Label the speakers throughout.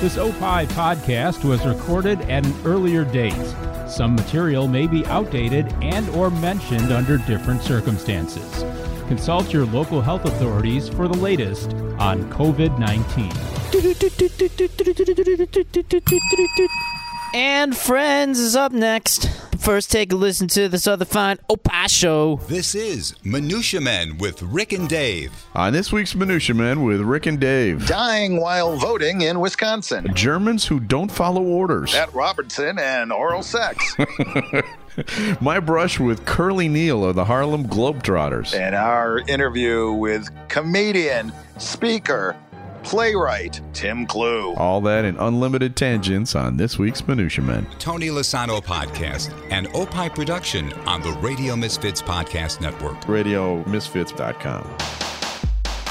Speaker 1: This OPI podcast was recorded at an earlier date. Some material may be outdated and or mentioned under different circumstances. Consult your local health authorities for the latest on COVID-19.
Speaker 2: And Friends is up next. First, take a listen to this other fine Opa show.
Speaker 3: This is Minutia Men with Rick and Dave.
Speaker 4: On this week's Minutia Man with Rick and Dave,
Speaker 5: dying while voting in Wisconsin.
Speaker 4: Germans who don't follow orders.
Speaker 5: At Robertson and oral sex.
Speaker 4: My brush with Curly Neal of the Harlem Globetrotters.
Speaker 5: and our interview with comedian, speaker, playwright Tim Clue.
Speaker 4: All that and unlimited tangents on this week's Minutia Man.
Speaker 3: Tony Lasano podcast, an Opie production on the Radio Misfits Podcast Network.
Speaker 4: RadioMisfits.com.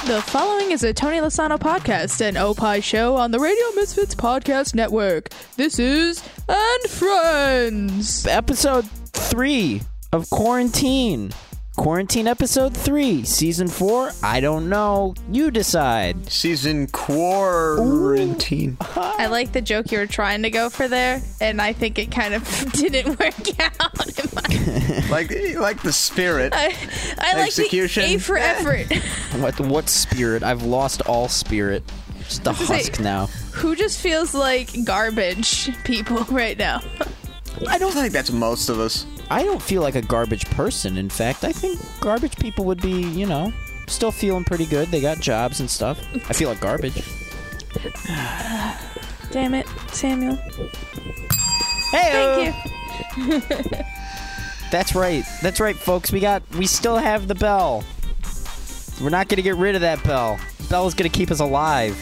Speaker 6: The following is a Tony Lasano podcast, an Opie show on the Radio Misfits Podcast Network. This is And Friends.
Speaker 2: Episode 3 of Quarantine. Quarantine Episode 3, Season 4. I don't know. You decide.
Speaker 7: Season quarantine.
Speaker 6: I like the joke you were trying to go for there, and I think it kind of didn't work out. In my,
Speaker 7: like like the spirit.
Speaker 6: I, I like the
Speaker 7: Execution.
Speaker 6: A for effort.
Speaker 2: What what spirit? I've lost all spirit. Just the
Speaker 6: is
Speaker 2: husk
Speaker 6: it.
Speaker 2: now.
Speaker 6: Who just feels like garbage people right now?
Speaker 7: I don't think that's most of us.
Speaker 2: I don't feel like a garbage person. In fact, I think garbage people would be, you know, still feeling pretty good. They got jobs and stuff. I feel like garbage.
Speaker 6: Damn it, Samuel.
Speaker 2: Hey,
Speaker 7: Uh,
Speaker 6: Thank you.
Speaker 2: That's right. That's right, folks. We got. We still have the bell. We're not gonna get rid of that bell. Bell is gonna keep us alive.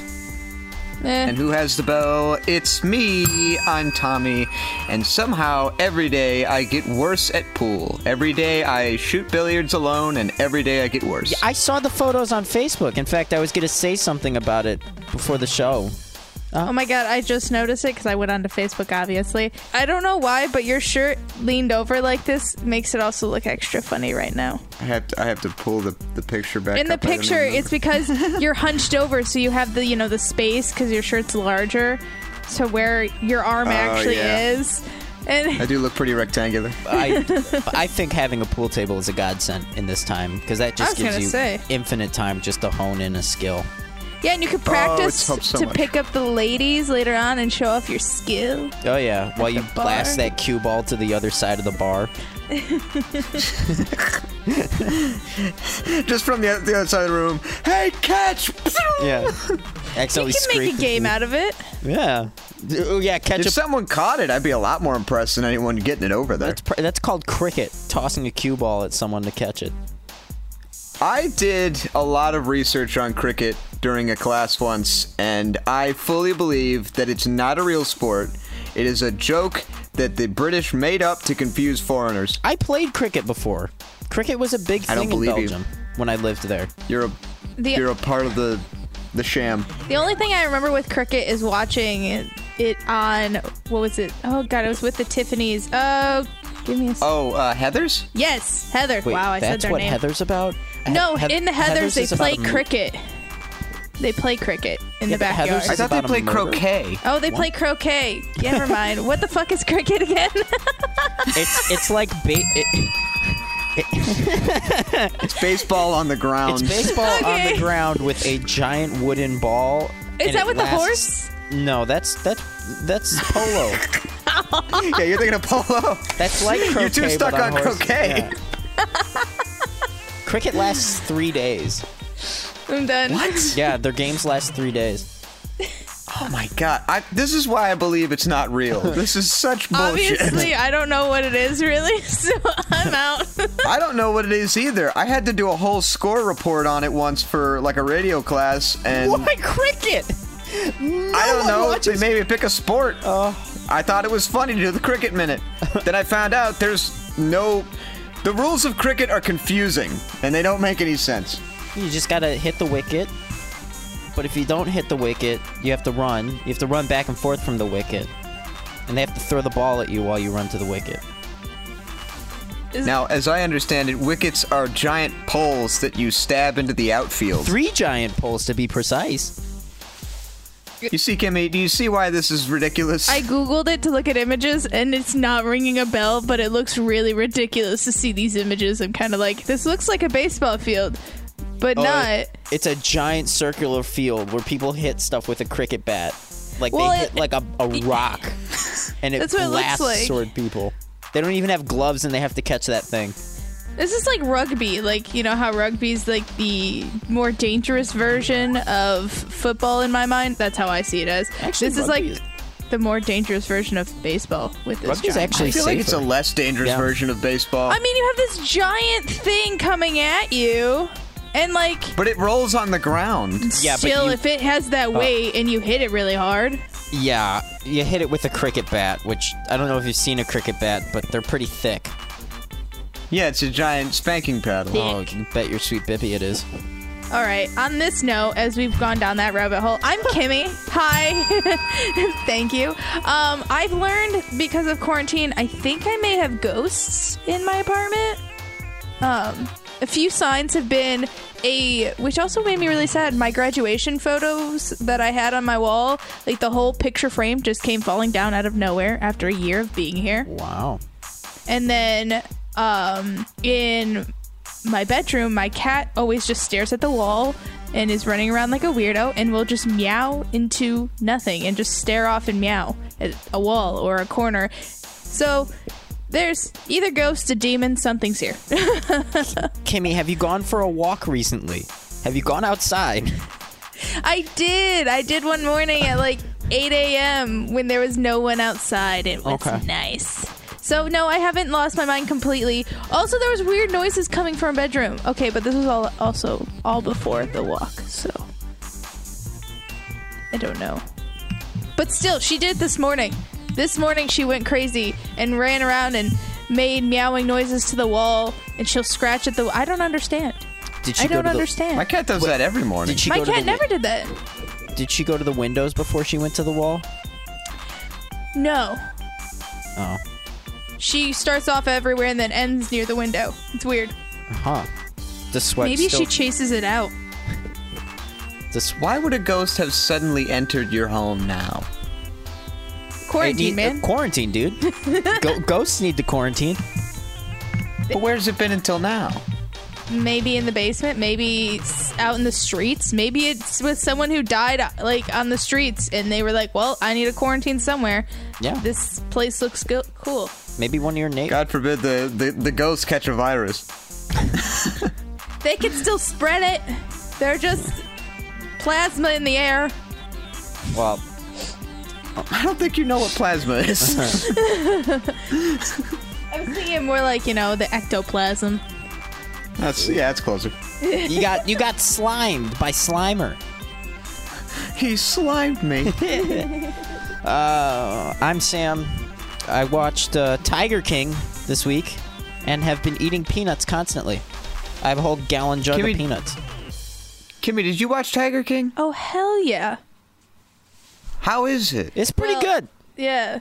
Speaker 6: Eh.
Speaker 7: And who has the bell? It's me. I'm Tommy. And somehow every day I get worse at pool. Every day I shoot billiards alone, and every day I get worse.
Speaker 2: I saw the photos on Facebook. In fact, I was gonna say something about it before the show.
Speaker 6: Oh my god, I just noticed it because I went onto Facebook, obviously. I don't know why, but your shirt leaned over like this makes it also look extra funny right now.
Speaker 7: I have to, I have to pull the, the picture back.
Speaker 6: In the
Speaker 7: up. I don't
Speaker 6: picture,
Speaker 7: even
Speaker 6: it's because you're hunched over, so you have the, you know, the space because your shirt's larger to where your arm actually
Speaker 7: Oh, yeah.
Speaker 6: is.
Speaker 7: know. I
Speaker 6: And
Speaker 7: do look pretty rectangular.
Speaker 2: I, I think having a pool table is a godsend in this time because that
Speaker 6: I
Speaker 2: just
Speaker 6: was
Speaker 2: gives
Speaker 6: gonna
Speaker 2: you
Speaker 6: say.
Speaker 2: infinite time just to hone in a skill.
Speaker 6: yeah, and you could
Speaker 7: it's
Speaker 6: practice
Speaker 7: helped Oh, so
Speaker 6: to
Speaker 7: much.
Speaker 6: pick up the ladies later on and show off your skill.
Speaker 2: Oh yeah, while you
Speaker 6: the bar.
Speaker 2: blast that cue ball to the other side of the bar.
Speaker 7: Just from the, the other side of the room. Hey, catch!
Speaker 2: Yeah,
Speaker 6: You
Speaker 2: accidentally
Speaker 6: can make a
Speaker 2: scrape-
Speaker 6: game out of it.
Speaker 2: Yeah. Oh yeah, catch
Speaker 7: If
Speaker 2: a
Speaker 7: someone caught it, I'd be a lot more impressed than anyone getting it over there.
Speaker 2: That's pr- that's called cricket, tossing a cue ball at someone to catch it.
Speaker 7: I did a lot of research on cricket during a class once, and I fully believe that it's not a real sport. It is a joke that the British made up to confuse foreigners.
Speaker 2: I played cricket before. Cricket was a big thing
Speaker 7: I don't
Speaker 2: in
Speaker 7: believe you.
Speaker 2: Belgium when I lived there.
Speaker 7: You're a
Speaker 6: The-
Speaker 7: you're a part of the the sham.
Speaker 6: The only thing I remember with cricket is watching it on what was it? Oh god, it was with the Tiffany's. Oh, give me a. s-
Speaker 7: Oh, uh, Heather's?
Speaker 6: Yes, Heather.
Speaker 2: Wait,
Speaker 6: wow, I
Speaker 2: that's
Speaker 6: said their
Speaker 2: what
Speaker 6: name.
Speaker 2: Heather's about. He-
Speaker 6: no,
Speaker 2: Heath-
Speaker 6: in the Heathers,
Speaker 2: is
Speaker 6: they
Speaker 2: about
Speaker 6: play
Speaker 2: a mo-
Speaker 6: cricket. They play cricket in
Speaker 2: Yeah,
Speaker 6: the
Speaker 2: but
Speaker 6: backyard.
Speaker 2: Heathers
Speaker 7: I
Speaker 2: is
Speaker 7: thought they
Speaker 2: about a
Speaker 7: played
Speaker 2: murder.
Speaker 7: croquet.
Speaker 6: Oh, they play croquet. Yeah, never mind. What the fuck is cricket again?
Speaker 2: It's it's like ba- it,
Speaker 7: It's baseball on the
Speaker 2: it's
Speaker 7: ground.
Speaker 2: baseball on
Speaker 6: Okay.
Speaker 2: the ground with a giant wooden ball.
Speaker 6: Is
Speaker 2: and
Speaker 6: that
Speaker 2: it
Speaker 6: with the
Speaker 2: lasts-
Speaker 6: horse?
Speaker 2: No, that's that that's polo.
Speaker 7: yeah, you're thinking of polo.
Speaker 2: That's like croquet.
Speaker 7: You're too stuck
Speaker 2: but
Speaker 7: on
Speaker 2: on, horses.
Speaker 7: croquet.
Speaker 2: Yeah. cricket lasts three days.
Speaker 6: I'm done.
Speaker 2: Yeah, their games last three days.
Speaker 7: Oh my god. I, this is why I believe it's not real. This is such bullshit.
Speaker 6: Obviously, I don't know what it is really, so I'm out.
Speaker 7: I don't know what it is either. I had to do a whole score report on it once for like a radio class, and
Speaker 2: Why cricket?
Speaker 7: I don't
Speaker 2: one
Speaker 7: know. They
Speaker 2: watches-
Speaker 7: made me pick a sport. I thought it was funny to do the cricket minute. then I found out there's no. The rules of cricket are confusing, and they don't make any sense.
Speaker 2: You just gotta hit the wicket. But if you don't hit the wicket, you have to run. You have to run back and forth from the wicket. And they have to throw the ball at you while you run to the wicket.
Speaker 7: Now, as I understand it, wickets are giant poles that you stab into the outfield.
Speaker 2: Three giant poles to be precise.
Speaker 7: You see, Kimmy, do you see why this is ridiculous?
Speaker 6: I googled it to look at images and it's not ringing a bell, but it looks really ridiculous to see these images. I'm kind of like, this looks like a baseball field,
Speaker 2: Oh,
Speaker 6: but not.
Speaker 2: Uh, It's a giant circular field where people hit stuff with a cricket bat. Like
Speaker 6: Well,
Speaker 2: they hit
Speaker 6: it-
Speaker 2: like a, a rock and it
Speaker 6: That's what it looks
Speaker 2: blasts
Speaker 6: like.
Speaker 2: toward people. They don't even have gloves and they have to catch that thing.
Speaker 6: This is like rugby, like you know how rugby's like the more dangerous version of football in my mind. That's how I see it as.
Speaker 2: Actually,
Speaker 6: this is
Speaker 2: rugby
Speaker 6: like the more dangerous version of baseball with this.
Speaker 2: Rugby's
Speaker 6: giant-
Speaker 2: actually
Speaker 7: I feel
Speaker 2: safer.
Speaker 7: like it's a less dangerous
Speaker 2: Yeah.
Speaker 7: version of baseball.
Speaker 6: I mean, you have this giant thing coming at you, and like
Speaker 7: but it rolls on the ground.
Speaker 2: Yeah, but
Speaker 6: still,
Speaker 2: you- Oh.
Speaker 6: if it has that weight and you hit it really hard,
Speaker 2: yeah, you hit it with a cricket bat, which I don't know if you've seen a cricket bat, but they're pretty thick.
Speaker 7: Yeah, it's a giant spanking paddle.
Speaker 2: Oh, you can bet your sweet bippy it is.
Speaker 6: All right. On this note, as we've gone down that rabbit hole, I'm Kimmy. Hi. Thank you. Um, I've learned because of quarantine, I think I may have ghosts in my apartment. Um, a few signs have been a, which also made me really sad. My graduation photos that I had on my wall, like the whole picture frame just came falling down out of nowhere after a year of being here.
Speaker 2: Wow.
Speaker 6: And then um, in my bedroom, my cat always just stares at the wall and is running around like a weirdo and will just meow into nothing and just stare off and meow at a wall or a corner. So there's either ghost, a demon, something's here.
Speaker 2: Kimmy, have you gone for a walk recently? Have you gone outside?
Speaker 6: I did. I did one morning at like 8 a.m. when there was no one outside. It was
Speaker 2: Okay.
Speaker 6: nice. So no, I haven't lost my mind completely. Also, there was weird noises coming from bedroom. Okay, but this was all also all before the walk, so I don't know. But still, she did this morning. This morning she went crazy and ran around and made meowing noises to the wall, and she'll scratch at the. I don't understand.
Speaker 2: Did
Speaker 6: I
Speaker 2: go
Speaker 6: don't
Speaker 2: to the-
Speaker 6: understand.
Speaker 7: My cat does that every morning.
Speaker 2: Did she
Speaker 6: my
Speaker 2: go to the
Speaker 6: cat
Speaker 2: wi-
Speaker 6: never did that.
Speaker 2: Did she go to the windows before she went to the wall?
Speaker 6: No,
Speaker 2: Oh.
Speaker 6: She starts off everywhere and then ends near the window. It's weird.
Speaker 2: Huh. The sweat
Speaker 6: Maybe
Speaker 2: still,
Speaker 6: she chases it out.
Speaker 2: the sweat
Speaker 7: Why would a ghost have suddenly entered your home now?
Speaker 6: Quarantine,
Speaker 2: They need-
Speaker 6: man.
Speaker 2: uh, Quarantine, dude. Go- ghosts need to quarantine.
Speaker 7: But where's it been until now?
Speaker 6: Maybe in the basement. Maybe s- out in the streets. Maybe it's with someone who died uh, like on the streets, and they were like, "Well, I need a quarantine somewhere.
Speaker 2: Yeah.
Speaker 6: This place looks go- cool."
Speaker 2: Maybe one of your neighbors.
Speaker 7: God forbid the, the, the ghosts catch a virus.
Speaker 6: They can still spread it. They're just plasma in the air.
Speaker 2: Well,
Speaker 7: I don't think you know what plasma is.
Speaker 6: I was thinking more like you know the ectoplasm.
Speaker 7: that's yeah, that's closer.
Speaker 2: you got you got slimed by Slimer.
Speaker 7: He slimed me.
Speaker 2: I'm Sam. I watched uh, Tiger King this week, and have been eating peanuts constantly. I have a whole gallon jug
Speaker 7: Can we-
Speaker 2: of peanuts.
Speaker 7: Kimmy, did you watch Tiger King?
Speaker 6: Oh hell yeah,
Speaker 7: How is it?
Speaker 2: It's pretty
Speaker 6: Well-
Speaker 2: good.
Speaker 6: yeah.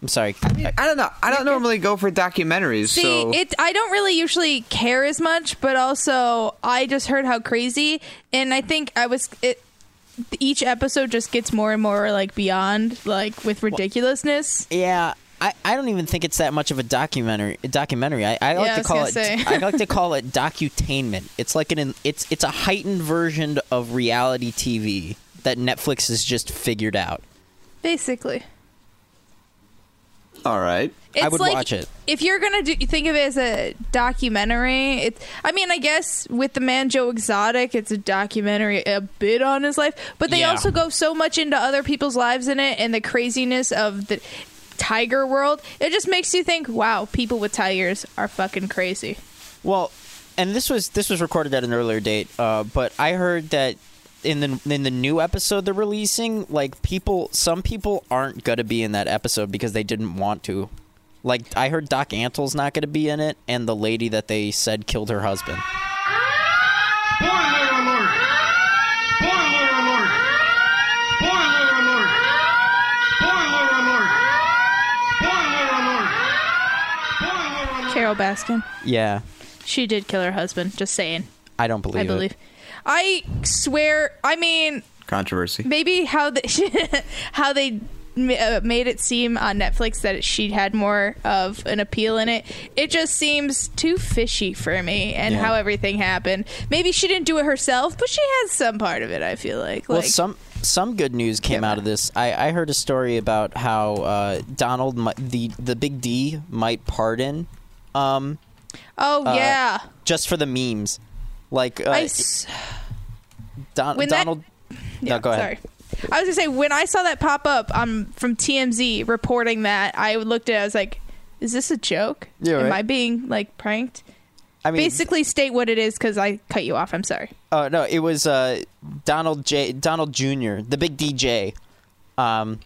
Speaker 2: I'm sorry.
Speaker 7: I don't know. I don't normally go for documentaries,
Speaker 6: See,
Speaker 7: so
Speaker 6: it. I don't really usually care as much, but also I just heard how crazy, and I think I was. It, each episode just gets more and more like beyond, like with ridiculousness.
Speaker 2: Yeah, I, I don't even think it's that much of a documentary. A documentary. I, I like
Speaker 6: Yeah, I
Speaker 2: to
Speaker 6: was
Speaker 2: call
Speaker 6: gonna
Speaker 2: it.
Speaker 6: say.
Speaker 2: I like to call it docutainment. It's like an it's it's a heightened version of reality TV that Netflix has just figured out.
Speaker 6: Basically,
Speaker 7: all right.
Speaker 6: it's
Speaker 2: would
Speaker 6: like,
Speaker 2: watch it.
Speaker 6: If you're gonna do, think of it as a documentary. It's. I mean, I guess with the man Joe Exotic, it's a documentary a bit on his life, but they
Speaker 2: Yeah.
Speaker 6: also go so much into other people's lives in it and the craziness of the tiger world. It just makes you think, wow, people with tigers are fucking crazy.
Speaker 2: Well, and this was this was recorded at an earlier date, uh, but I heard that in the in the new episode they're releasing, like people, some people aren't gonna be in that episode because they didn't want to. Like I heard Doc Antle's not gonna be in it, and the lady that they said killed her husband.
Speaker 8: Spoiler alert! Spoiler alert! Spoiler alert! Spoiler alert! Spoiler alert! Spoiler alert!
Speaker 6: Carol Baskin.
Speaker 2: Yeah,
Speaker 6: She did kill her husband. Just saying.
Speaker 2: I don't believe.
Speaker 6: I believe.
Speaker 2: It.
Speaker 6: I swear. I mean,
Speaker 7: controversy.
Speaker 6: Maybe how the, how they ma- uh, made it seem on Netflix that she had more of an appeal in it. It just seems too fishy for me and how everything happened. Maybe she didn't do it herself, but she had some part of it. I feel like.
Speaker 2: Well,
Speaker 6: like,
Speaker 2: some some good news came out of this. I, I heard a story about how uh, Donald, mi- the the big D, might pardon, um,
Speaker 6: oh yeah.
Speaker 2: just for the memes. Like uh,
Speaker 6: I s-
Speaker 2: Don-
Speaker 6: when that-
Speaker 2: Donald.
Speaker 6: yeah,
Speaker 2: no, go ahead.
Speaker 6: Sorry. I was gonna say when I saw that pop up um, from TMZ reporting that, I looked at. it, I was like, "Is this a joke?
Speaker 2: Yeah,
Speaker 6: Am
Speaker 2: right.
Speaker 6: I being like pranked?"
Speaker 2: I mean,
Speaker 6: Basically, state what it is because I cut you off. I'm sorry.
Speaker 2: Oh no, it was uh, Donald J. Donald Jr. The big DJ. Um,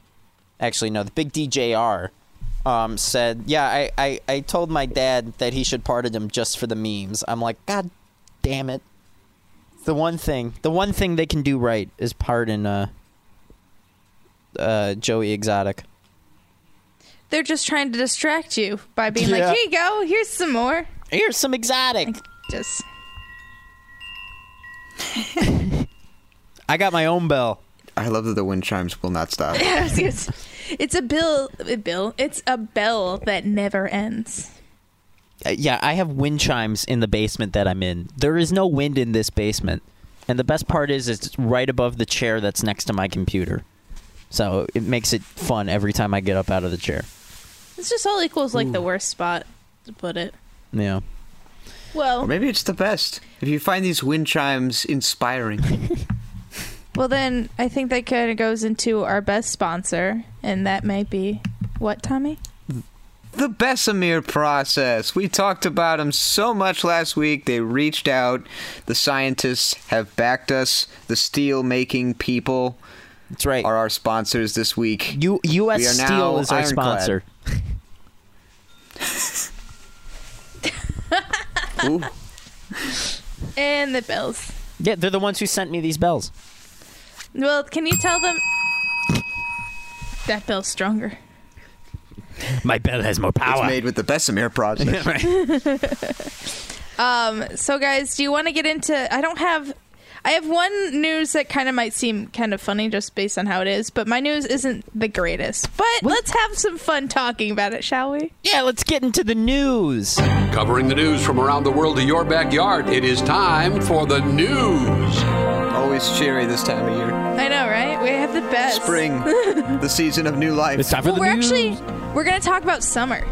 Speaker 2: actually, no, the big DJR. Um, said, yeah, I, I, I told my dad that he should pardon him just for the memes. I'm like, God damn it. It's the one thing, the one thing they can do right is pardon uh, uh, Joey Exotic.
Speaker 6: They're just trying to distract you by being
Speaker 2: Yeah.
Speaker 6: like, "Here you go. Here's some more."
Speaker 2: Here's some exotic.
Speaker 6: Just
Speaker 2: I got my own bell.
Speaker 7: I love that the wind chimes will not stop.
Speaker 6: it's it's a bill. A bill. It's a bell that never ends.
Speaker 2: Uh, yeah, I have wind chimes in the basement that I'm in. There is no wind in this basement. And the best part is it's right above the chair that's next to my computer. So it makes it fun every time I get up out of the chair.
Speaker 6: This just all equals like the worst spot to put it.
Speaker 2: Yeah.
Speaker 6: Well,
Speaker 7: Or maybe it's the best. If you find these wind chimes inspiring,
Speaker 6: Well, then I think that kind of goes into our best sponsor, and that might be what, Tommy?
Speaker 7: the Bessemer process. We talked about them so much last week. They reached out. The scientists have backed us. The steel making people
Speaker 2: That's right.
Speaker 7: are our sponsors this week.
Speaker 2: U- US
Speaker 7: We are
Speaker 2: Steel
Speaker 7: now
Speaker 2: is our
Speaker 7: ironclad.
Speaker 2: sponsor.
Speaker 7: Ooh.
Speaker 6: And the Bills.
Speaker 2: Yeah, they're the ones who sent me these bells.
Speaker 6: Well, can you tell them that bell's stronger?
Speaker 2: My bell has more
Speaker 7: It's
Speaker 2: power.
Speaker 7: made with the Bessemer process.
Speaker 6: So, guys, do you want to get into? I don't have. I have one news that kind of might seem kind of funny just based on how it is, but my news isn't the greatest. But let's have some fun talking about it, shall we?
Speaker 2: yeah, let's get into the news.
Speaker 9: Covering the news from around the world to your backyard, it is time for the news.
Speaker 7: Always cheery this time of year.
Speaker 6: I know, right? We have the best
Speaker 7: Spring, the season of new life.
Speaker 1: It's time for
Speaker 6: Well,
Speaker 1: the
Speaker 6: we're
Speaker 1: news.
Speaker 6: actually we're gonna talk about summer.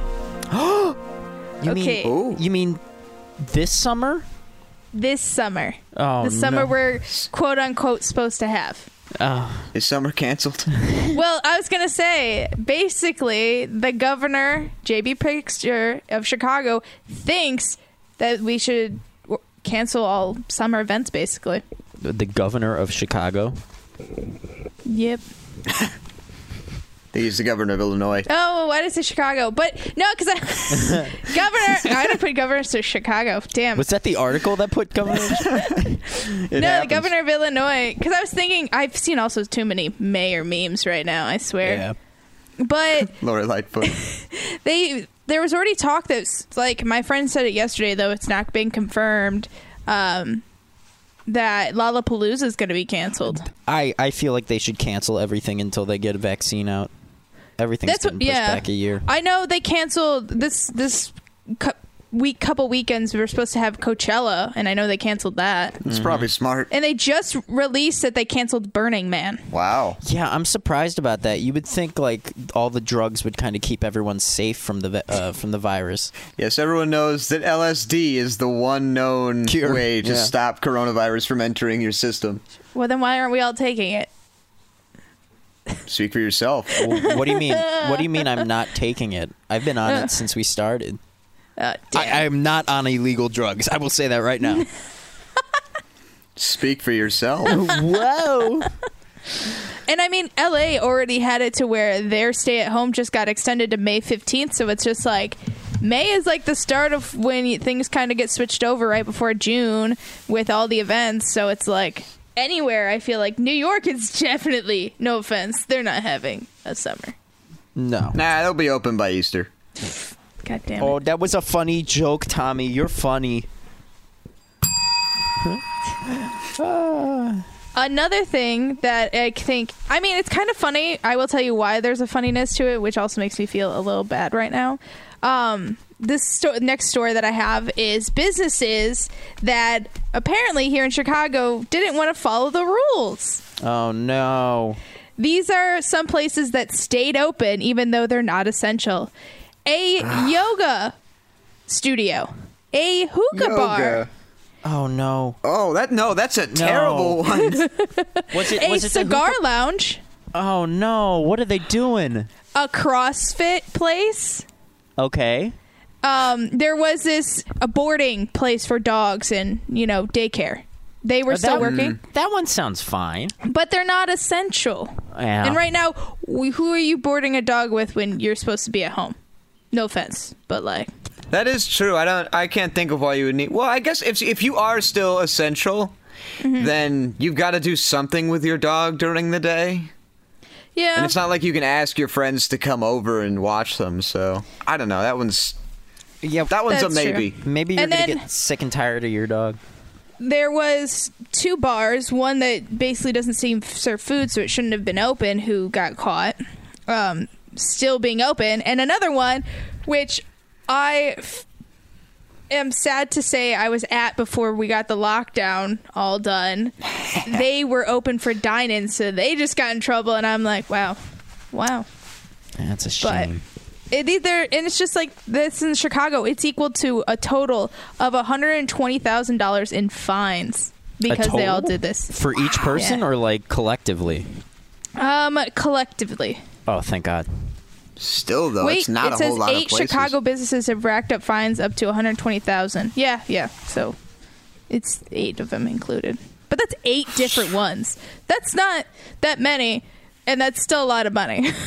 Speaker 2: You
Speaker 6: Okay.
Speaker 2: mean you mean this summer?
Speaker 6: this summer.
Speaker 2: Oh,
Speaker 6: the summer
Speaker 2: no.
Speaker 6: we're quote unquote supposed to have.
Speaker 7: Is summer canceled?
Speaker 6: Well, I was gonna say basically the governor JB Pritzker of Chicago thinks that we should w- cancel all summer events. Basically,
Speaker 2: The the governor of Chicago.
Speaker 6: yep.
Speaker 7: He's the governor of Illinois.
Speaker 6: Oh, why did I say Chicago? But no, because I governor. I didn't put governor to Chicago.
Speaker 7: Um,
Speaker 6: Damn.
Speaker 2: Was that the article that put governor? of Chi-
Speaker 6: no, the governor of Illinois. Because I was thinking, I've seen also too many mayor memes right now. I swear. But
Speaker 7: Lori Lightfoot.
Speaker 6: they there was already talk that's like my friend said it yesterday though it's not been confirmed um that Lollapalooza is going to be canceled.
Speaker 2: I, I feel like they should cancel everything until they get a vaccine out. Everything's
Speaker 6: That's
Speaker 2: been
Speaker 6: what,
Speaker 2: pushed
Speaker 6: yeah.
Speaker 2: back a year.
Speaker 6: I know they canceled this this cou- week, couple weekends. We were supposed to have Coachella, and I know they canceled that.
Speaker 7: It's probably smart.
Speaker 6: And they just released that they canceled Burning Man.
Speaker 7: Wow.
Speaker 2: Yeah, I'm surprised about that. You would think like all the drugs would kind of keep everyone safe from the vi- uh, from the virus.
Speaker 7: Yes, everyone knows that LSD is the one known
Speaker 2: Cure.
Speaker 7: way to
Speaker 2: Yeah.
Speaker 7: stop coronavirus from entering your system.
Speaker 6: Well, then why aren't we all taking it?
Speaker 7: Speak for yourself.
Speaker 2: Well, what do you mean? What do you mean? I'm not taking it. I've been on it since we started.
Speaker 6: Uh, damn.
Speaker 2: I, I'm not on illegal drugs. I will say that right now.
Speaker 7: Speak for yourself.
Speaker 2: Whoa!
Speaker 6: And I mean, LA already had it to where their stay at home just got extended to May 15th. So it's just like May is like the start of when you- things kind of get switched over right before June with all the events. So it's like anywhere, I feel like New York is definitely, no offense, they're not having a summer.
Speaker 2: No.
Speaker 7: nah, it'll be open by Easter.
Speaker 6: God damn it.
Speaker 2: Oh, that was a funny joke, Tommy. You're funny.
Speaker 6: Another thing that I think, I mean, it's kind of funny. I will tell you why there's a funniness to it, which also makes me feel a little bad right now. Um, this sto- next story that I have is businesses that apparently here in Chicago didn't want to follow the rules.
Speaker 2: Oh no.
Speaker 6: These are some places that stayed open even though they're not essential. A yoga studio, a hookah bar,
Speaker 2: Oh no.
Speaker 7: Oh, that no, that's a terrible one.
Speaker 2: Was it
Speaker 6: a
Speaker 2: was it the
Speaker 6: cigar
Speaker 2: hookah-
Speaker 6: lounge,
Speaker 2: Oh no. What are they doing?
Speaker 6: a CrossFit place.
Speaker 2: Okay.
Speaker 6: Um, there was this a boarding place for dogs and you know daycare. They were
Speaker 2: Uh,
Speaker 6: still
Speaker 2: that-
Speaker 6: working,
Speaker 2: That one sounds fine.
Speaker 6: but they're not essential.
Speaker 2: Yeah.
Speaker 6: And right now, we, who are you boarding a dog with when you're supposed to be at home? No offense, but like,
Speaker 7: that is true. I don't. I can't think of why you would need. Well, I guess if if you are still essential,
Speaker 6: Mm-hmm.
Speaker 7: then you've got to do something with your dog during the day.
Speaker 6: yeah,
Speaker 7: And it's not like you can ask your friends to come over and watch them. So I don't know. That one's
Speaker 2: Yeah.
Speaker 7: that one's
Speaker 6: That's
Speaker 7: a maybe.
Speaker 6: true.
Speaker 2: Maybe you're
Speaker 6: And
Speaker 2: gonna
Speaker 6: then-
Speaker 2: get sick and tired of your dog.
Speaker 6: there was two bars one that basically doesn't seem serve food so it shouldn't have been open who got caught um, still being open and another one which I f- am sad to say i was at before we got the lockdown all done they were open for dining so they just got in trouble and i'm like wow wow
Speaker 2: That's a
Speaker 6: but
Speaker 2: shame.
Speaker 6: it either and it's just like this in chicago it's equal to a total of $120000 in fines because they all
Speaker 2: total?
Speaker 6: did this
Speaker 2: For each person
Speaker 6: Yeah.
Speaker 2: or like collectively?
Speaker 6: um collectively
Speaker 2: Oh, thank God.
Speaker 7: Still though,
Speaker 6: wait
Speaker 7: Oh, it's not
Speaker 6: it
Speaker 7: a
Speaker 6: says
Speaker 7: whole lot
Speaker 6: eight
Speaker 7: of places.
Speaker 6: chicago businesses have racked up fines up to 120000 yeah yeah so it's eight of them included but that's eight different ones that's not that many and that's still a lot of money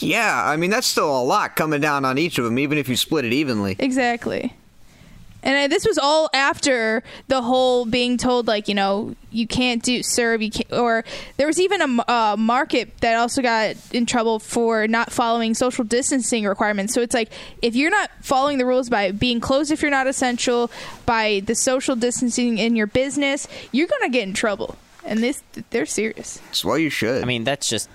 Speaker 7: Yeah, I mean that's still a lot coming down on each of them, even if you split it evenly.
Speaker 6: Exactly. And I, this was all after the whole being told, like you know, you can't do serve, you can't, or there was even a m- uh, market that also got in trouble for not following social distancing requirements. So it's like if you're not following the rules by being closed if you're not essential, by the social distancing in your business, you're gonna get in trouble. And this, they're serious.
Speaker 7: It's well you should.
Speaker 2: I mean, that's just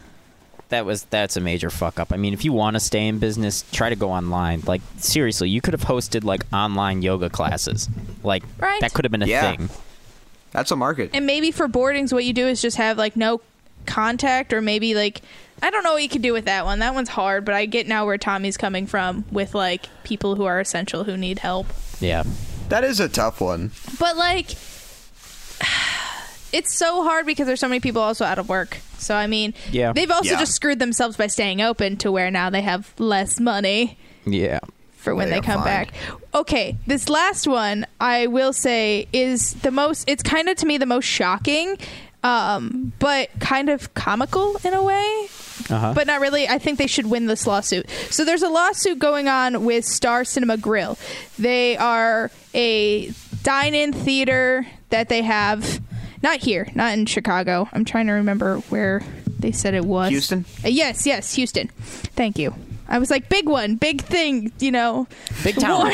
Speaker 2: that was that's a major fuck up. I mean, if you want to stay in business, try to go online. Like seriously, you could have hosted like online yoga classes. Like
Speaker 6: Right.
Speaker 2: that could have been a
Speaker 7: Yeah.
Speaker 2: thing.
Speaker 7: that's a market.
Speaker 6: And maybe for boardings, what you do is just have like no contact, or maybe like I don't know what you could do with that one. That one's hard, but I get now where Tommy's coming from with like people who are essential who need help.
Speaker 2: Yeah.
Speaker 7: that is a tough one.
Speaker 6: But like, it's so hard because there's so many people also out of work. So I mean,
Speaker 2: Yeah.
Speaker 6: they've also
Speaker 7: Yeah.
Speaker 6: just screwed themselves by staying open to where now they have less money.
Speaker 2: Yeah.
Speaker 6: for when
Speaker 7: They
Speaker 6: they,
Speaker 7: are
Speaker 6: come
Speaker 7: fine.
Speaker 6: back. Okay, this last one I will say is the most. It's kind of to me the most shocking, um, but kind of comical in a way.
Speaker 2: Uh-huh.
Speaker 6: But not really. I think they should win this lawsuit. So there's a lawsuit going on with Star Cinema Grill. They are a dine-in theater that they have, not here, not in Chicago. I'm trying to remember where they said it was.
Speaker 7: Houston?
Speaker 6: Uh, yes, yes, Houston. Thank you. I was like, big one, big thing, you know.
Speaker 2: Big town.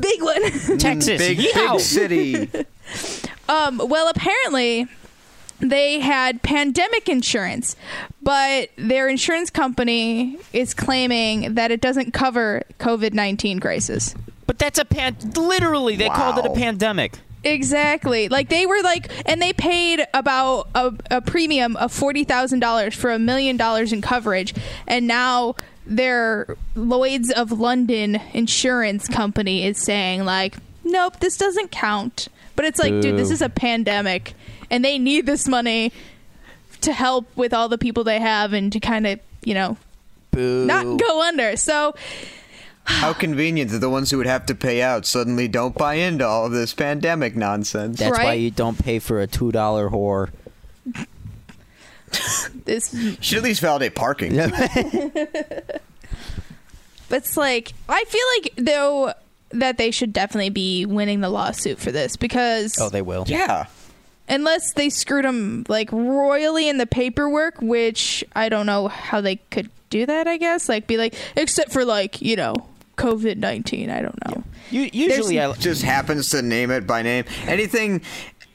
Speaker 6: big one.
Speaker 2: Texas.
Speaker 7: Big
Speaker 2: yeehaw!
Speaker 7: big city.
Speaker 6: um, well, apparently they had pandemic insurance, but their insurance company is claiming that it doesn't cover COVID 19 crisis.
Speaker 2: But that's a pan. Literally, they called it a
Speaker 7: Wow.
Speaker 2: pandemic.
Speaker 6: Exactly. Like they were like, and they paid about a, a premium of forty thousand dollars for a million dollars in coverage, and now their Lloyd's of London insurance company is saying like, nope, this doesn't count. But it's like, dude, this is a pandemic, and they need this money to help with all the people they have and to kind of you know not go under. So
Speaker 7: How convenient that the ones who would have to pay out suddenly don't buy into all of this pandemic nonsense.
Speaker 2: That's why
Speaker 6: Right?
Speaker 2: you don't pay for a two dollar whore.
Speaker 6: this
Speaker 7: Should at least validate parking.
Speaker 6: But it's like I feel like though that they should definitely be winning the lawsuit for this because
Speaker 2: Oh, they will.
Speaker 7: yeah.
Speaker 6: unless they screwed them like royally in the paperwork, which I don't know how they could do that. I guess like be like except for like you know COVID nineteen. I don't know.
Speaker 2: U- usually, I,
Speaker 7: Just happens to name it by name. Anything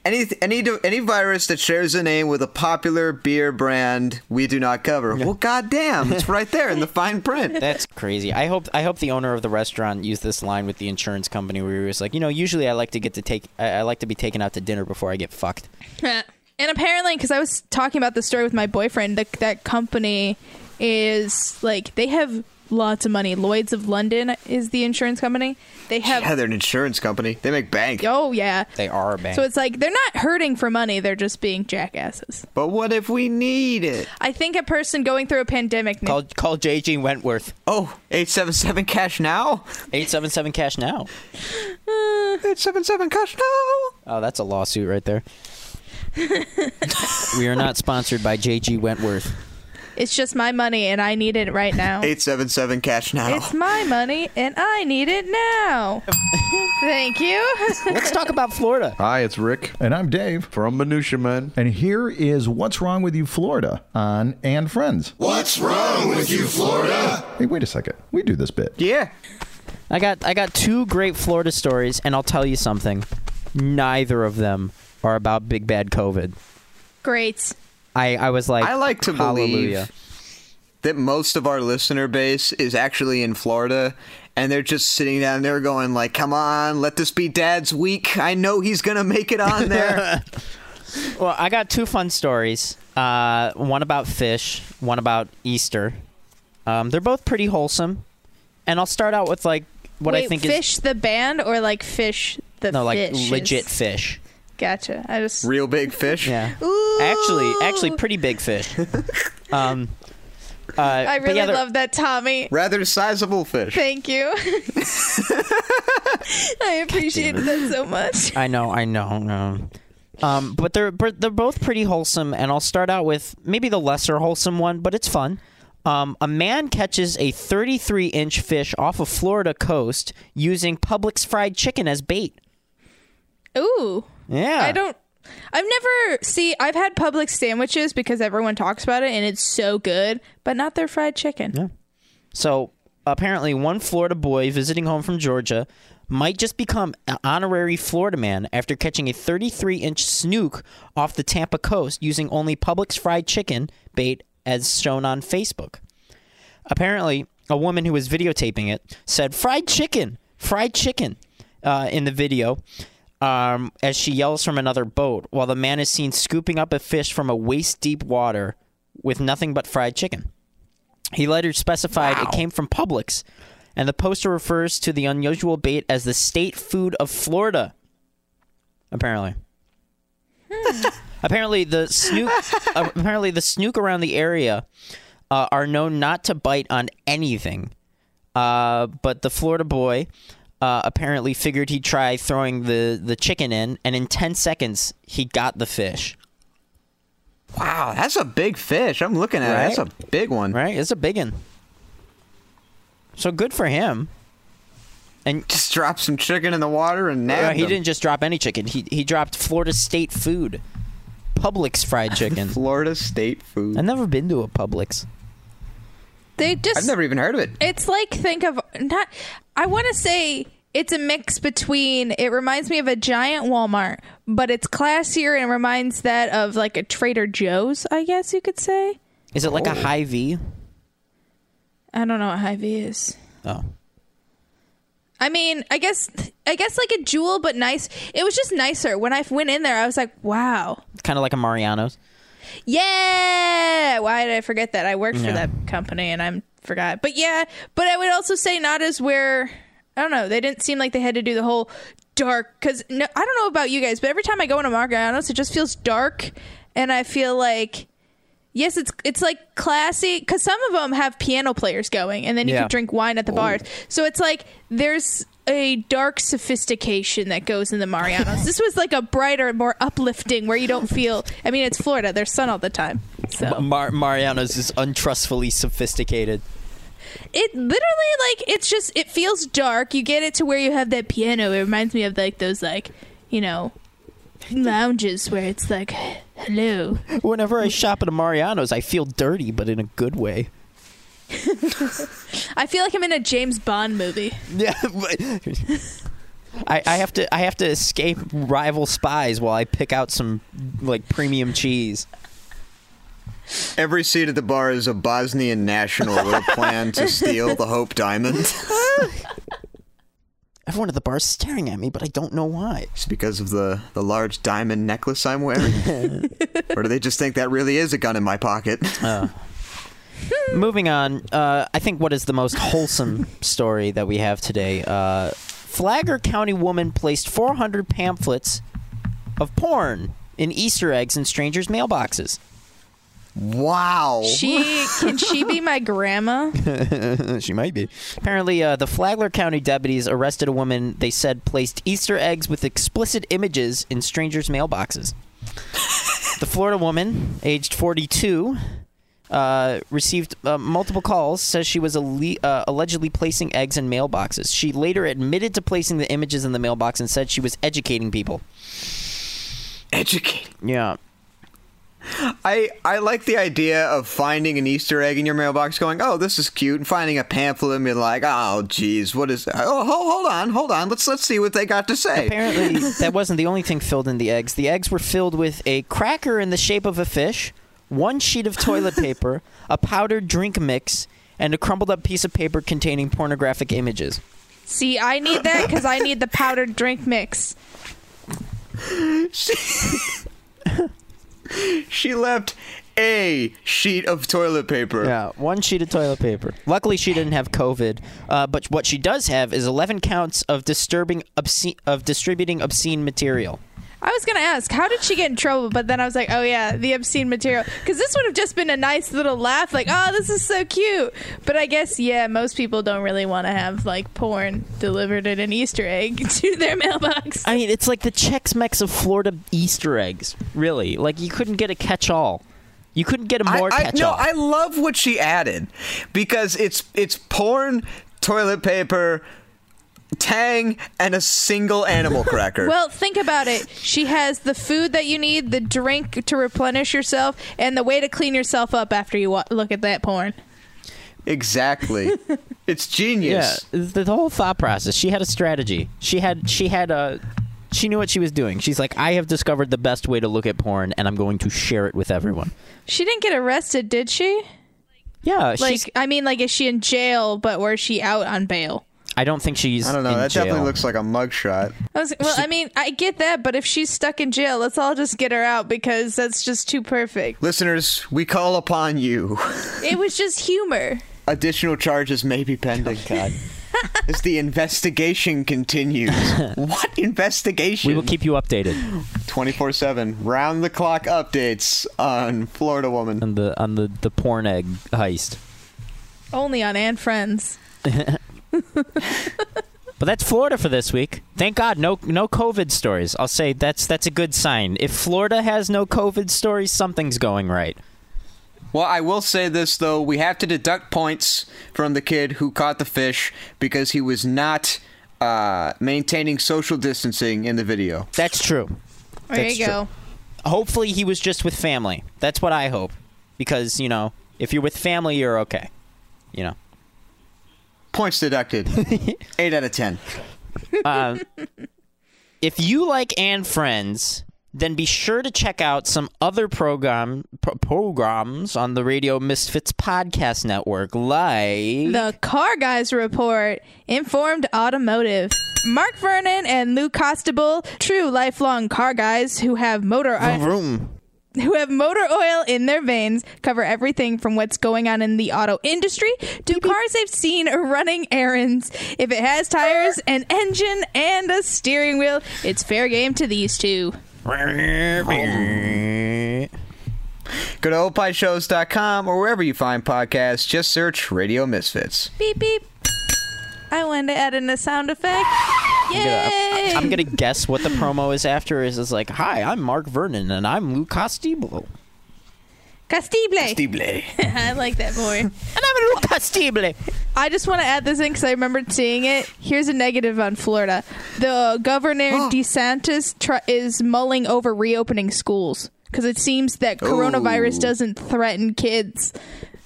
Speaker 7: Any any any virus that shares a name with a popular beer brand we do not cover. Well, goddamn, it's right there in the fine print.
Speaker 2: That's crazy. I hope I hope the owner of the restaurant used this line with the insurance company where he was like, you know, usually I like to get to take I, I like to be taken out to dinner before I get fucked.
Speaker 6: and apparently, because I was talking about this story with my boyfriend, that that company is like they have lots of money. Lloyd's of London is the insurance company. They have
Speaker 7: Yeah, they're an insurance company. They make bank.
Speaker 6: oh yeah.
Speaker 2: They are a bank.
Speaker 6: So it's like they're not hurting for money; they're just being jackasses.
Speaker 7: But what if we need it?
Speaker 6: I think a person going through a pandemic.
Speaker 2: call call JG Wentworth.
Speaker 7: Oh, 877 cash now?
Speaker 2: 877 cash now.
Speaker 7: 877 cash now?
Speaker 2: Oh, that's a lawsuit right there. we are not sponsored by JG Wentworth.
Speaker 6: It's just my money, and I need it right now.
Speaker 7: 877 cash now.
Speaker 6: It's my money, and I need it now. Thank you.
Speaker 2: Let's talk about Florida.
Speaker 4: Hi, it's Rick
Speaker 10: And I'm Dave.
Speaker 4: from Minutia Man.
Speaker 10: And here is What's Wrong With You Florida on And Friends. What's wrong with you, Florida? Hey, wait a second. We do this bit.
Speaker 7: yeah.
Speaker 2: I got I got two great Florida stories and I'll tell you something. Neither of them are about big bad COVID.
Speaker 6: Great.
Speaker 2: I, I was like
Speaker 7: I like to
Speaker 2: hallelujah.
Speaker 7: believe that most of our listener base is actually in Florida and they're just sitting down there going like, "Come on, let this be dad's week. I know he's going to make it on there."
Speaker 2: Well, I got two fun stories. Uh, one about fish, one about Easter. Um, they're both pretty wholesome, and I'll start out with like what
Speaker 6: Wait,
Speaker 2: I think
Speaker 6: fish the band or like fish the
Speaker 2: is no like
Speaker 6: fish
Speaker 2: legit
Speaker 6: is-
Speaker 2: fish.
Speaker 6: Gotcha. I just
Speaker 7: Real big fish.
Speaker 2: Yeah,
Speaker 6: Ooh,
Speaker 2: actually, actually, pretty big fish. um, uh,
Speaker 6: I really
Speaker 2: yeah, they're-
Speaker 6: love that, Tommy.
Speaker 7: Rather sizable fish.
Speaker 6: Thank you. I appreciate that so much.
Speaker 2: I know, I know, no. Um, but they're but they're both pretty wholesome, and I'll start out with maybe the lesser wholesome one, but it's fun. Um, a man catches a 33 inch fish off a Florida coast using Publix fried chicken as bait.
Speaker 6: Ooh.
Speaker 2: Yeah,
Speaker 6: I don't. I've never see. I've had public sandwiches because everyone talks about it and it's so good, but not their fried chicken.
Speaker 2: So apparently, one Florida boy visiting home from Georgia might just become an honorary Florida man after catching a 33 inch snook off the Tampa coast using only Publix fried chicken bait as shown on Facebook. Apparently, a woman who was videotaping it said, Fried chicken! Fried chicken! Uh, in the video. Um, as she yells from another boat, while the man is seen scooping up a fish from a waist deep water with nothing but fried chicken. He later specified it came from Publix, and the poster refers to the unusual bait as the state food of Florida. Apparently. apparently the snook uh, apparently the snook around the area uh, are known not to bite on anything. Uh, but the Florida boy uh, apparently figured he'd try throwing the, the chicken in, and in 10 seconds, he got the fish.
Speaker 7: Wow, that's a big fish. I'm looking at it.
Speaker 2: Right?
Speaker 7: That's a big one.
Speaker 2: Right? It's a big one. So good for him. And
Speaker 7: Just drop some chicken in the water and nab
Speaker 2: Yeah, Uh, he
Speaker 7: them.
Speaker 2: didn't just drop any chicken. He he dropped Florida State food, Publix fried chicken.
Speaker 7: Florida state food.
Speaker 2: I've never been to a Publix.
Speaker 6: They just
Speaker 7: I've never even heard of it.
Speaker 6: It's like think of not. I want to say it's a mix between. It reminds me of a giant Walmart, but it's classier and reminds that of like a Trader Joe's. I guess you could say.
Speaker 2: Is it like a high V?
Speaker 6: I don't know what Hy-Vee is.
Speaker 2: Oh,
Speaker 6: I mean, I guess, I guess like a jewel, but nice. It was just nicer when I went in there. I was like, wow,
Speaker 2: it's kind of like a Mariano's.
Speaker 6: yeah. Why did I forget that? I worked
Speaker 2: Yeah.
Speaker 6: for that company and I'm forgot. But yeah, but I would also say not as where I don't know. They didn't seem like they had to do the whole dark because no, I don't know about you guys, but every time I go into Margaritas, it just feels dark, and I feel like. Yes, it's it's like classy because some of them have piano players going, and then you
Speaker 2: Yeah.
Speaker 6: can drink wine at the bars. So it's like there's a dark sophistication that goes in the Marianos. this was like a brighter, more uplifting, where you don't feel. I mean, it's Florida; there's sun all the time. So
Speaker 2: Mar- Mariano's is untrustfully sophisticated.
Speaker 6: it literally like it's just it feels dark. You get it to where you have that piano. It reminds me of like those like you know lounges where it's like hello.
Speaker 2: Whenever I shop at a Mariano's, I feel dirty, but in a good way.
Speaker 6: I feel like I'm in a James Bond movie.
Speaker 2: Yeah. but- I, I have to I have to escape rival spies while I pick out some like premium cheese.
Speaker 7: Every seat at the bar is a Bosnian national with a plan to steal the Hope Diamond.
Speaker 2: Everyone at the bar is staring at me, but I don't know why.
Speaker 7: It's because of the, the large diamond necklace I'm wearing. or do they just think that really is a gun in my pocket?
Speaker 2: Moving on, uh, I think what is the most wholesome story that we have today? Uh, Flagler County woman placed 400 pamphlets of porn in Easter eggs in strangers' mailboxes.
Speaker 7: Wow.
Speaker 6: She can she be my grandma?
Speaker 2: she might be. Apparently, uh, the Flagler County deputies arrested a woman they said placed Easter eggs with explicit images in strangers' mailboxes. the Florida woman, aged 42, uh, received uh, multiple calls, says she was alle- uh, allegedly placing eggs in mailboxes. She later admitted to placing the images in the mailbox and said she was educating people.
Speaker 7: Educate.
Speaker 2: Yeah.
Speaker 7: I, I like the idea of finding an Easter egg in your mailbox, going, oh, this is cute, and finding a pamphlet and being like, oh, geez, what is? Oh, ho- hold on, hold on, let's let's see what they got to say.
Speaker 2: Apparently, that wasn't the only thing filled in the eggs. The eggs were filled with a cracker in the shape of a fish, one sheet of toilet paper, a powdered drink mix, and a crumpled up piece of paper containing pornographic images.
Speaker 6: See, I need that because I need the powdered drink mix.
Speaker 7: she left a sheet of toilet paper.
Speaker 2: Yeah, one sheet of toilet paper. Luckily, she didn't have COVID. Uh, but what she does have is 11 counts of disturbing obscene of distributing obscene material.
Speaker 6: I was gonna ask how did she get in trouble, but then I was like, oh yeah, the obscene material. Because this would have just been a nice little laugh, like, oh, this is so cute. But I guess yeah, most people don't really want to have like porn delivered in an Easter egg to their mailbox.
Speaker 2: I mean, it's like the Chex Mex of Florida Easter eggs. Really, like you couldn't get a catch-all. You couldn't get a
Speaker 7: I,
Speaker 2: more
Speaker 7: I-
Speaker 2: catch-all.
Speaker 7: no, I love what she added because it's it's porn, toilet paper, Tang, and a single animal cracker.
Speaker 6: Well, think about it. She has the food that you need, the drink to replenish yourself, and the way to clean yourself up after you wa- look at that porn.
Speaker 7: exactly, it's
Speaker 2: Yeah,
Speaker 7: genius.
Speaker 2: the, the whole thought process. She had a strategy. She had she had a she knew what she was doing. She's like, I have discovered the best way to look at porn, and I'm going to share it with everyone.
Speaker 6: She didn't get arrested, did she?
Speaker 2: Yeah, she's,
Speaker 6: Like, I mean, like, is she in jail? But were she out on bail?
Speaker 2: I don't think she's.
Speaker 7: I don't know.
Speaker 2: in
Speaker 7: That
Speaker 2: jail.
Speaker 7: definitely looks like a mugshot.
Speaker 6: I was, well, I mean, I get that, but if she's stuck in jail, let's all just get her out because that's just too perfect.
Speaker 7: Listeners, we call upon you.
Speaker 6: It was just humor.
Speaker 7: Additional charges may be pending. God. As the investigation continues. what investigation?
Speaker 2: We will keep you updated
Speaker 7: 24 7 round the clock updates on Florida Woman.
Speaker 2: on the on the the porn egg heist.
Speaker 6: Only on and friends.
Speaker 2: But that's Florida for this week. Thank God, no no COVID stories. I'll say that's that's a good sign. If Florida has no COVID stories, something's going right.
Speaker 7: Well, I will say this, though. We have to deduct points from the kid who caught the fish because he was not uh, maintaining social distancing in the video.
Speaker 2: That's true.
Speaker 6: There
Speaker 2: That's
Speaker 6: you go.
Speaker 2: hopefully he was just with family. That's what I hope. Because, you know, if you're with family, you're okay. You know.
Speaker 7: Points deducted. 8 out of 10.
Speaker 2: If you like and friends, then be sure to check out some other program pro- programs on the Radio Misfits podcast network like
Speaker 6: The Car Guys Report, Informed Automotive. Mark Vernon and Lou Costabile, true lifelong car guys who have motor
Speaker 2: Room.
Speaker 6: who have motor oil in their veins, cover everything from what's going on in the auto industry to cars they've seen running errands. If it has tires, an engine, and a steering wheel, it's fair game to these two.
Speaker 7: Go to opishows.com or wherever you find podcasts. Just search Radio Misfits.
Speaker 6: Beep beep. I wanted to add in a sound effect. Yay!
Speaker 2: I'm gonna guess what the promo is after is is like, hi, I'm Mark Vernon and I'm Lou Costible.
Speaker 6: Castible.
Speaker 7: Stible.
Speaker 6: I like that more.
Speaker 2: And I'm Lou Costible.
Speaker 6: I just want to add this in because I remembered seeing it. Here's a negative on Florida: the governor DeSantis tr- is mulling over reopening schools because it seems that coronavirus doesn't threaten kids.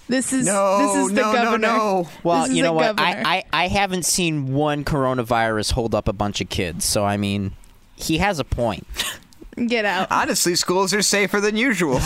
Speaker 6: This is this is the governor.
Speaker 2: Well,
Speaker 6: This is
Speaker 2: you
Speaker 6: the
Speaker 2: know what?
Speaker 6: governor.
Speaker 2: I, I, I haven't seen one coronavirus hold up a bunch of kids. So, I mean, he has a point.
Speaker 6: Get out.
Speaker 7: Honestly, schools are safer than usual.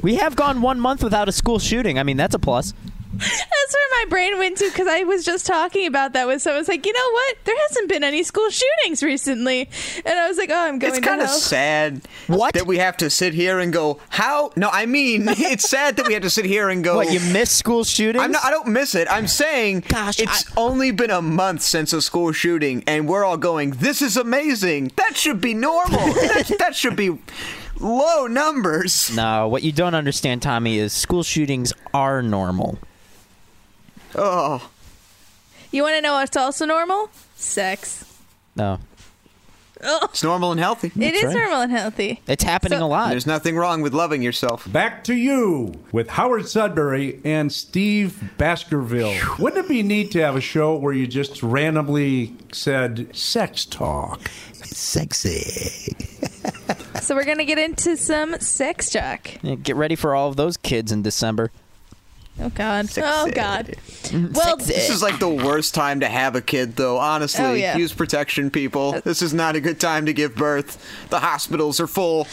Speaker 2: we have gone one month without a school shooting. I mean, that's a plus.
Speaker 6: That's where my brain went to because I was just talking about that with someone. I was like, you know what? There hasn't been any school shootings recently, and I was like, oh, I'm going
Speaker 7: It's
Speaker 6: to
Speaker 7: kind
Speaker 6: hell.
Speaker 7: of sad that we have to sit here and go, how? No, I mean, it's sad that we have to sit here and go.
Speaker 2: What, you miss school shootings?
Speaker 7: I'm not, I don't miss it. I'm saying it's only been a month since a school shooting, and we're all going, this is amazing. That should be normal. that, that should be low numbers.
Speaker 2: No, what you don't understand, Tommy, is school shootings are normal.
Speaker 7: Oh.
Speaker 6: You want to know what's also normal? Sex.
Speaker 2: No.
Speaker 6: Oh,
Speaker 7: It's normal and healthy.
Speaker 6: it is normal and healthy.
Speaker 2: It's happening
Speaker 6: So-
Speaker 2: a lot.
Speaker 7: There's nothing wrong with loving yourself.
Speaker 11: Back to you with Howard Sudbury and Steve Baskerville. Wouldn't it be neat to have a show where you just randomly said sex talk?
Speaker 2: Sexy.
Speaker 6: So we're gonna get into some sex talk.
Speaker 2: Yeah, Get ready for all of those kids in December.
Speaker 6: Oh God. Oh God.
Speaker 2: Well,
Speaker 7: this is like the worst time to have a kid, though. Honestly,
Speaker 6: Oh, yeah.
Speaker 7: use protection, people. This is not a good time to give birth. The hospitals are full.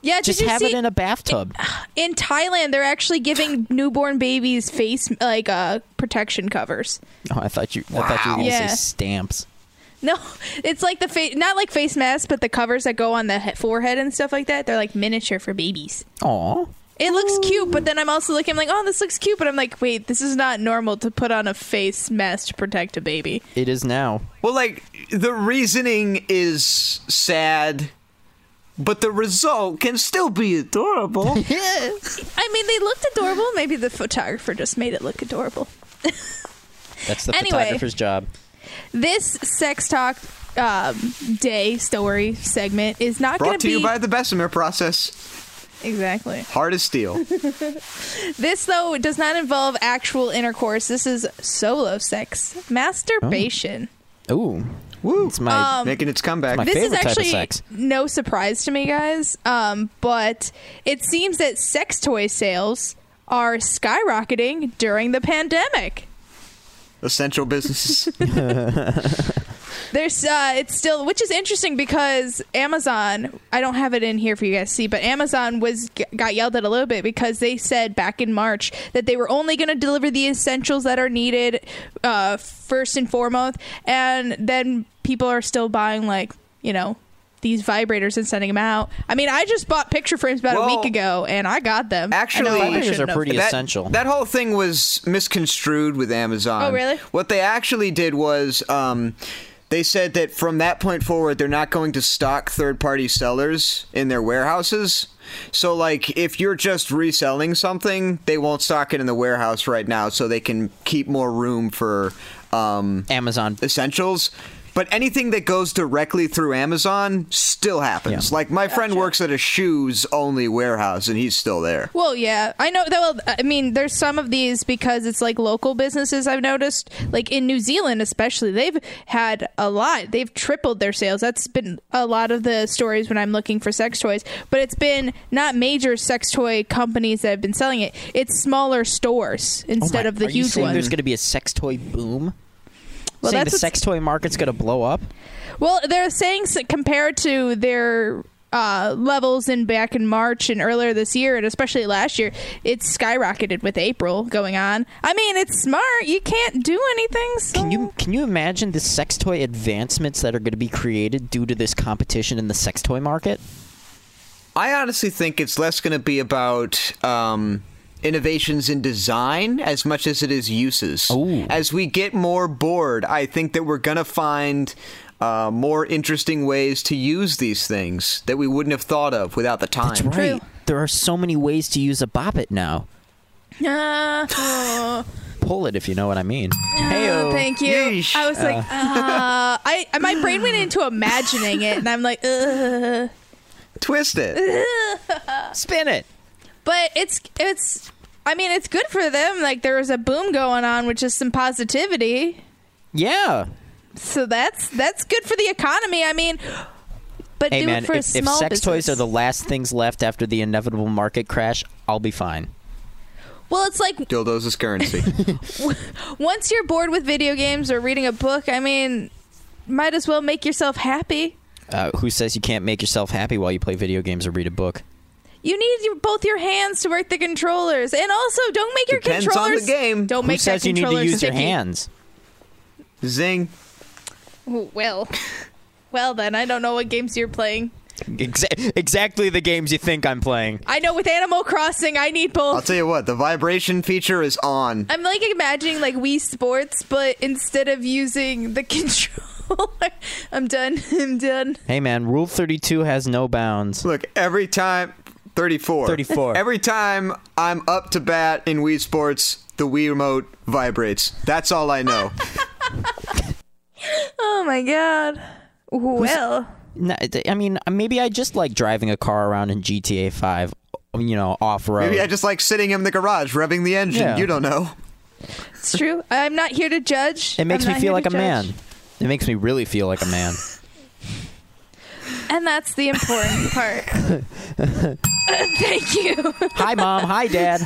Speaker 6: Yeah.
Speaker 2: Just
Speaker 6: did you
Speaker 2: have
Speaker 6: see
Speaker 2: it in a bathtub.
Speaker 6: in Thailand they're actually giving newborn babies face like uh, protection covers?
Speaker 2: Oh, I thought you. I thought you were going to
Speaker 6: Yeah.
Speaker 2: say stamps.
Speaker 6: No, it's like the face, not like face masks, but the covers that go on the he- forehead and stuff like that. They're like miniature for babies.
Speaker 2: Aw.
Speaker 6: It looks cute, but then I'm also looking I'm like, oh, this looks cute, but I'm like, wait, this is not normal to put on a face mask to protect a baby.
Speaker 2: It is now.
Speaker 7: Well, like, the reasoning is sad, but the result can still be adorable.
Speaker 6: I mean, they looked adorable. Maybe the photographer just made it look adorable.
Speaker 2: That's the
Speaker 6: Anyway.
Speaker 2: photographer's job.
Speaker 6: This sex talk um, day story segment is not going
Speaker 7: Brought to
Speaker 6: be
Speaker 7: you by the Bessemer process.
Speaker 6: exactly.
Speaker 7: Hard as steel.
Speaker 6: this though does not involve actual intercourse. This is solo sex, masturbation.
Speaker 2: Ooh. Woo. It's my
Speaker 6: Um,
Speaker 7: Oh. Making its comeback.
Speaker 2: my
Speaker 6: this
Speaker 2: favorite
Speaker 6: is actually
Speaker 2: type of sex.
Speaker 6: no surprise to me, guys. Um, but it seems that sex toy sales are skyrocketing during the pandemic.
Speaker 7: Essential businesses.
Speaker 6: There's uh, it's still, which is interesting because Amazon. I don't have it in here for you guys to see, but Amazon was g- got yelled at a little bit because they said back in March that they were only going to deliver the essentials that are needed uh, first and foremost, and then people are still buying like you know these vibrators and sending them out. I mean, I just bought picture frames about a
Speaker 7: Well,
Speaker 6: week ago, and I got them. I know
Speaker 7: Actually,
Speaker 6: I shouldn't have.
Speaker 2: pretty
Speaker 7: that,
Speaker 2: essential.
Speaker 7: That whole thing was misconstrued with Amazon.
Speaker 6: Oh, really?
Speaker 7: What they actually did was um, they said that from that point forward, they're not going to stock third party sellers in their warehouses. So, like, if you're just reselling something, they won't stock it in the warehouse right now so they can keep more room for um,
Speaker 2: Amazon
Speaker 7: essentials. But anything that goes directly through Amazon still happens. Like my friend works at a shoes only warehouse and he's still there.
Speaker 6: Well, yeah, I know. That, well, I mean, there's some of these because it's like local businesses. I've noticed, like in New Zealand, especially, they've had a lot. They've tripled their sales. That's been a lot of the stories when I'm looking for sex toys. But it's been not major sex toy companies that have been selling it. It's smaller stores instead
Speaker 2: Oh my-
Speaker 6: of the
Speaker 2: are you
Speaker 6: huge
Speaker 2: saying
Speaker 6: ones.
Speaker 2: There's going to be a sex toy boom.
Speaker 6: Well,
Speaker 2: saying
Speaker 6: that's
Speaker 2: the
Speaker 6: what's-
Speaker 2: sex toy market's going to blow up.
Speaker 6: Well, they're saying s- compared to their uh, levels in back in March and earlier this year, and especially last year, it's skyrocketed with April going on. I mean, it's smart. You can't do anything. So.
Speaker 2: Can you can you imagine the sex toy advancements that are going to be created due to this competition in the sex toy market?
Speaker 7: I honestly think it's less going to be about um, innovations in design as much as it is uses. As we get more bored, I think that we're going to find uh, more interesting ways to use these things that we wouldn't have thought of without the time.
Speaker 2: That's right. There are so many ways to use a boppet now.
Speaker 6: Ah, oh,
Speaker 2: Pull it if you know what I mean.
Speaker 6: oh, thank you. I was like,
Speaker 2: Uh.
Speaker 6: ah. I I- my brain went into imagining it, and I'm like, ugh.
Speaker 7: Twist it.
Speaker 2: Spin it.
Speaker 6: But it's it's. I mean, it's good for them. Like there was a boom going on, which is some positivity.
Speaker 2: Yeah.
Speaker 6: So that's that's good for the economy. I mean, but
Speaker 2: hey
Speaker 6: do
Speaker 2: man,
Speaker 6: it for
Speaker 2: if,
Speaker 6: a
Speaker 2: if
Speaker 6: small
Speaker 2: sex
Speaker 6: business.
Speaker 2: toys are the last things left after the inevitable market crash, I'll be fine.
Speaker 6: Well, it's like
Speaker 7: Dildos is currency.
Speaker 6: once you're bored with video games or reading a book, I mean, might as well make yourself happy.
Speaker 2: Uh, who says you can't make yourself happy while you play video games or read a book?
Speaker 6: You need your, both your hands to work the controllers, and also don't make your
Speaker 2: Depends on the
Speaker 6: controllers
Speaker 2: game.
Speaker 6: Don't
Speaker 2: Who
Speaker 6: make
Speaker 2: says
Speaker 6: that
Speaker 2: you need to
Speaker 6: controller
Speaker 2: use your
Speaker 6: sticky.
Speaker 2: hands?
Speaker 7: Zing.
Speaker 6: Well, well then I don't know what games you're playing.
Speaker 2: Exa- exactly the games you think I'm playing.
Speaker 6: I know with Animal Crossing, I need both.
Speaker 7: I'll tell you what, the vibration feature is on.
Speaker 6: I'm like imagining like Wii Sports, but instead of using the controller, I'm done. I'm done.
Speaker 2: Hey man, Rule 32 has no bounds.
Speaker 7: Look, every time 34.
Speaker 2: 34.
Speaker 7: Every time I'm up to bat in Wii Sports, the Wii remote vibrates. That's all I know.
Speaker 6: Oh my god. Well,
Speaker 2: No, I- I mean, maybe I just like driving a car around in GTA 5, you know, off road.
Speaker 7: Maybe I just like sitting in the garage revving the engine.
Speaker 2: Yeah.
Speaker 7: You don't know.
Speaker 6: it's true. I'm not here to judge.
Speaker 2: It makes
Speaker 6: I'm
Speaker 2: me
Speaker 6: not
Speaker 2: feel
Speaker 6: here
Speaker 2: like
Speaker 6: to
Speaker 2: a
Speaker 6: judge.
Speaker 2: man. It makes me really feel like a man.
Speaker 6: and that's the important part. Thank you.
Speaker 2: Hi, mom. Hi, dad.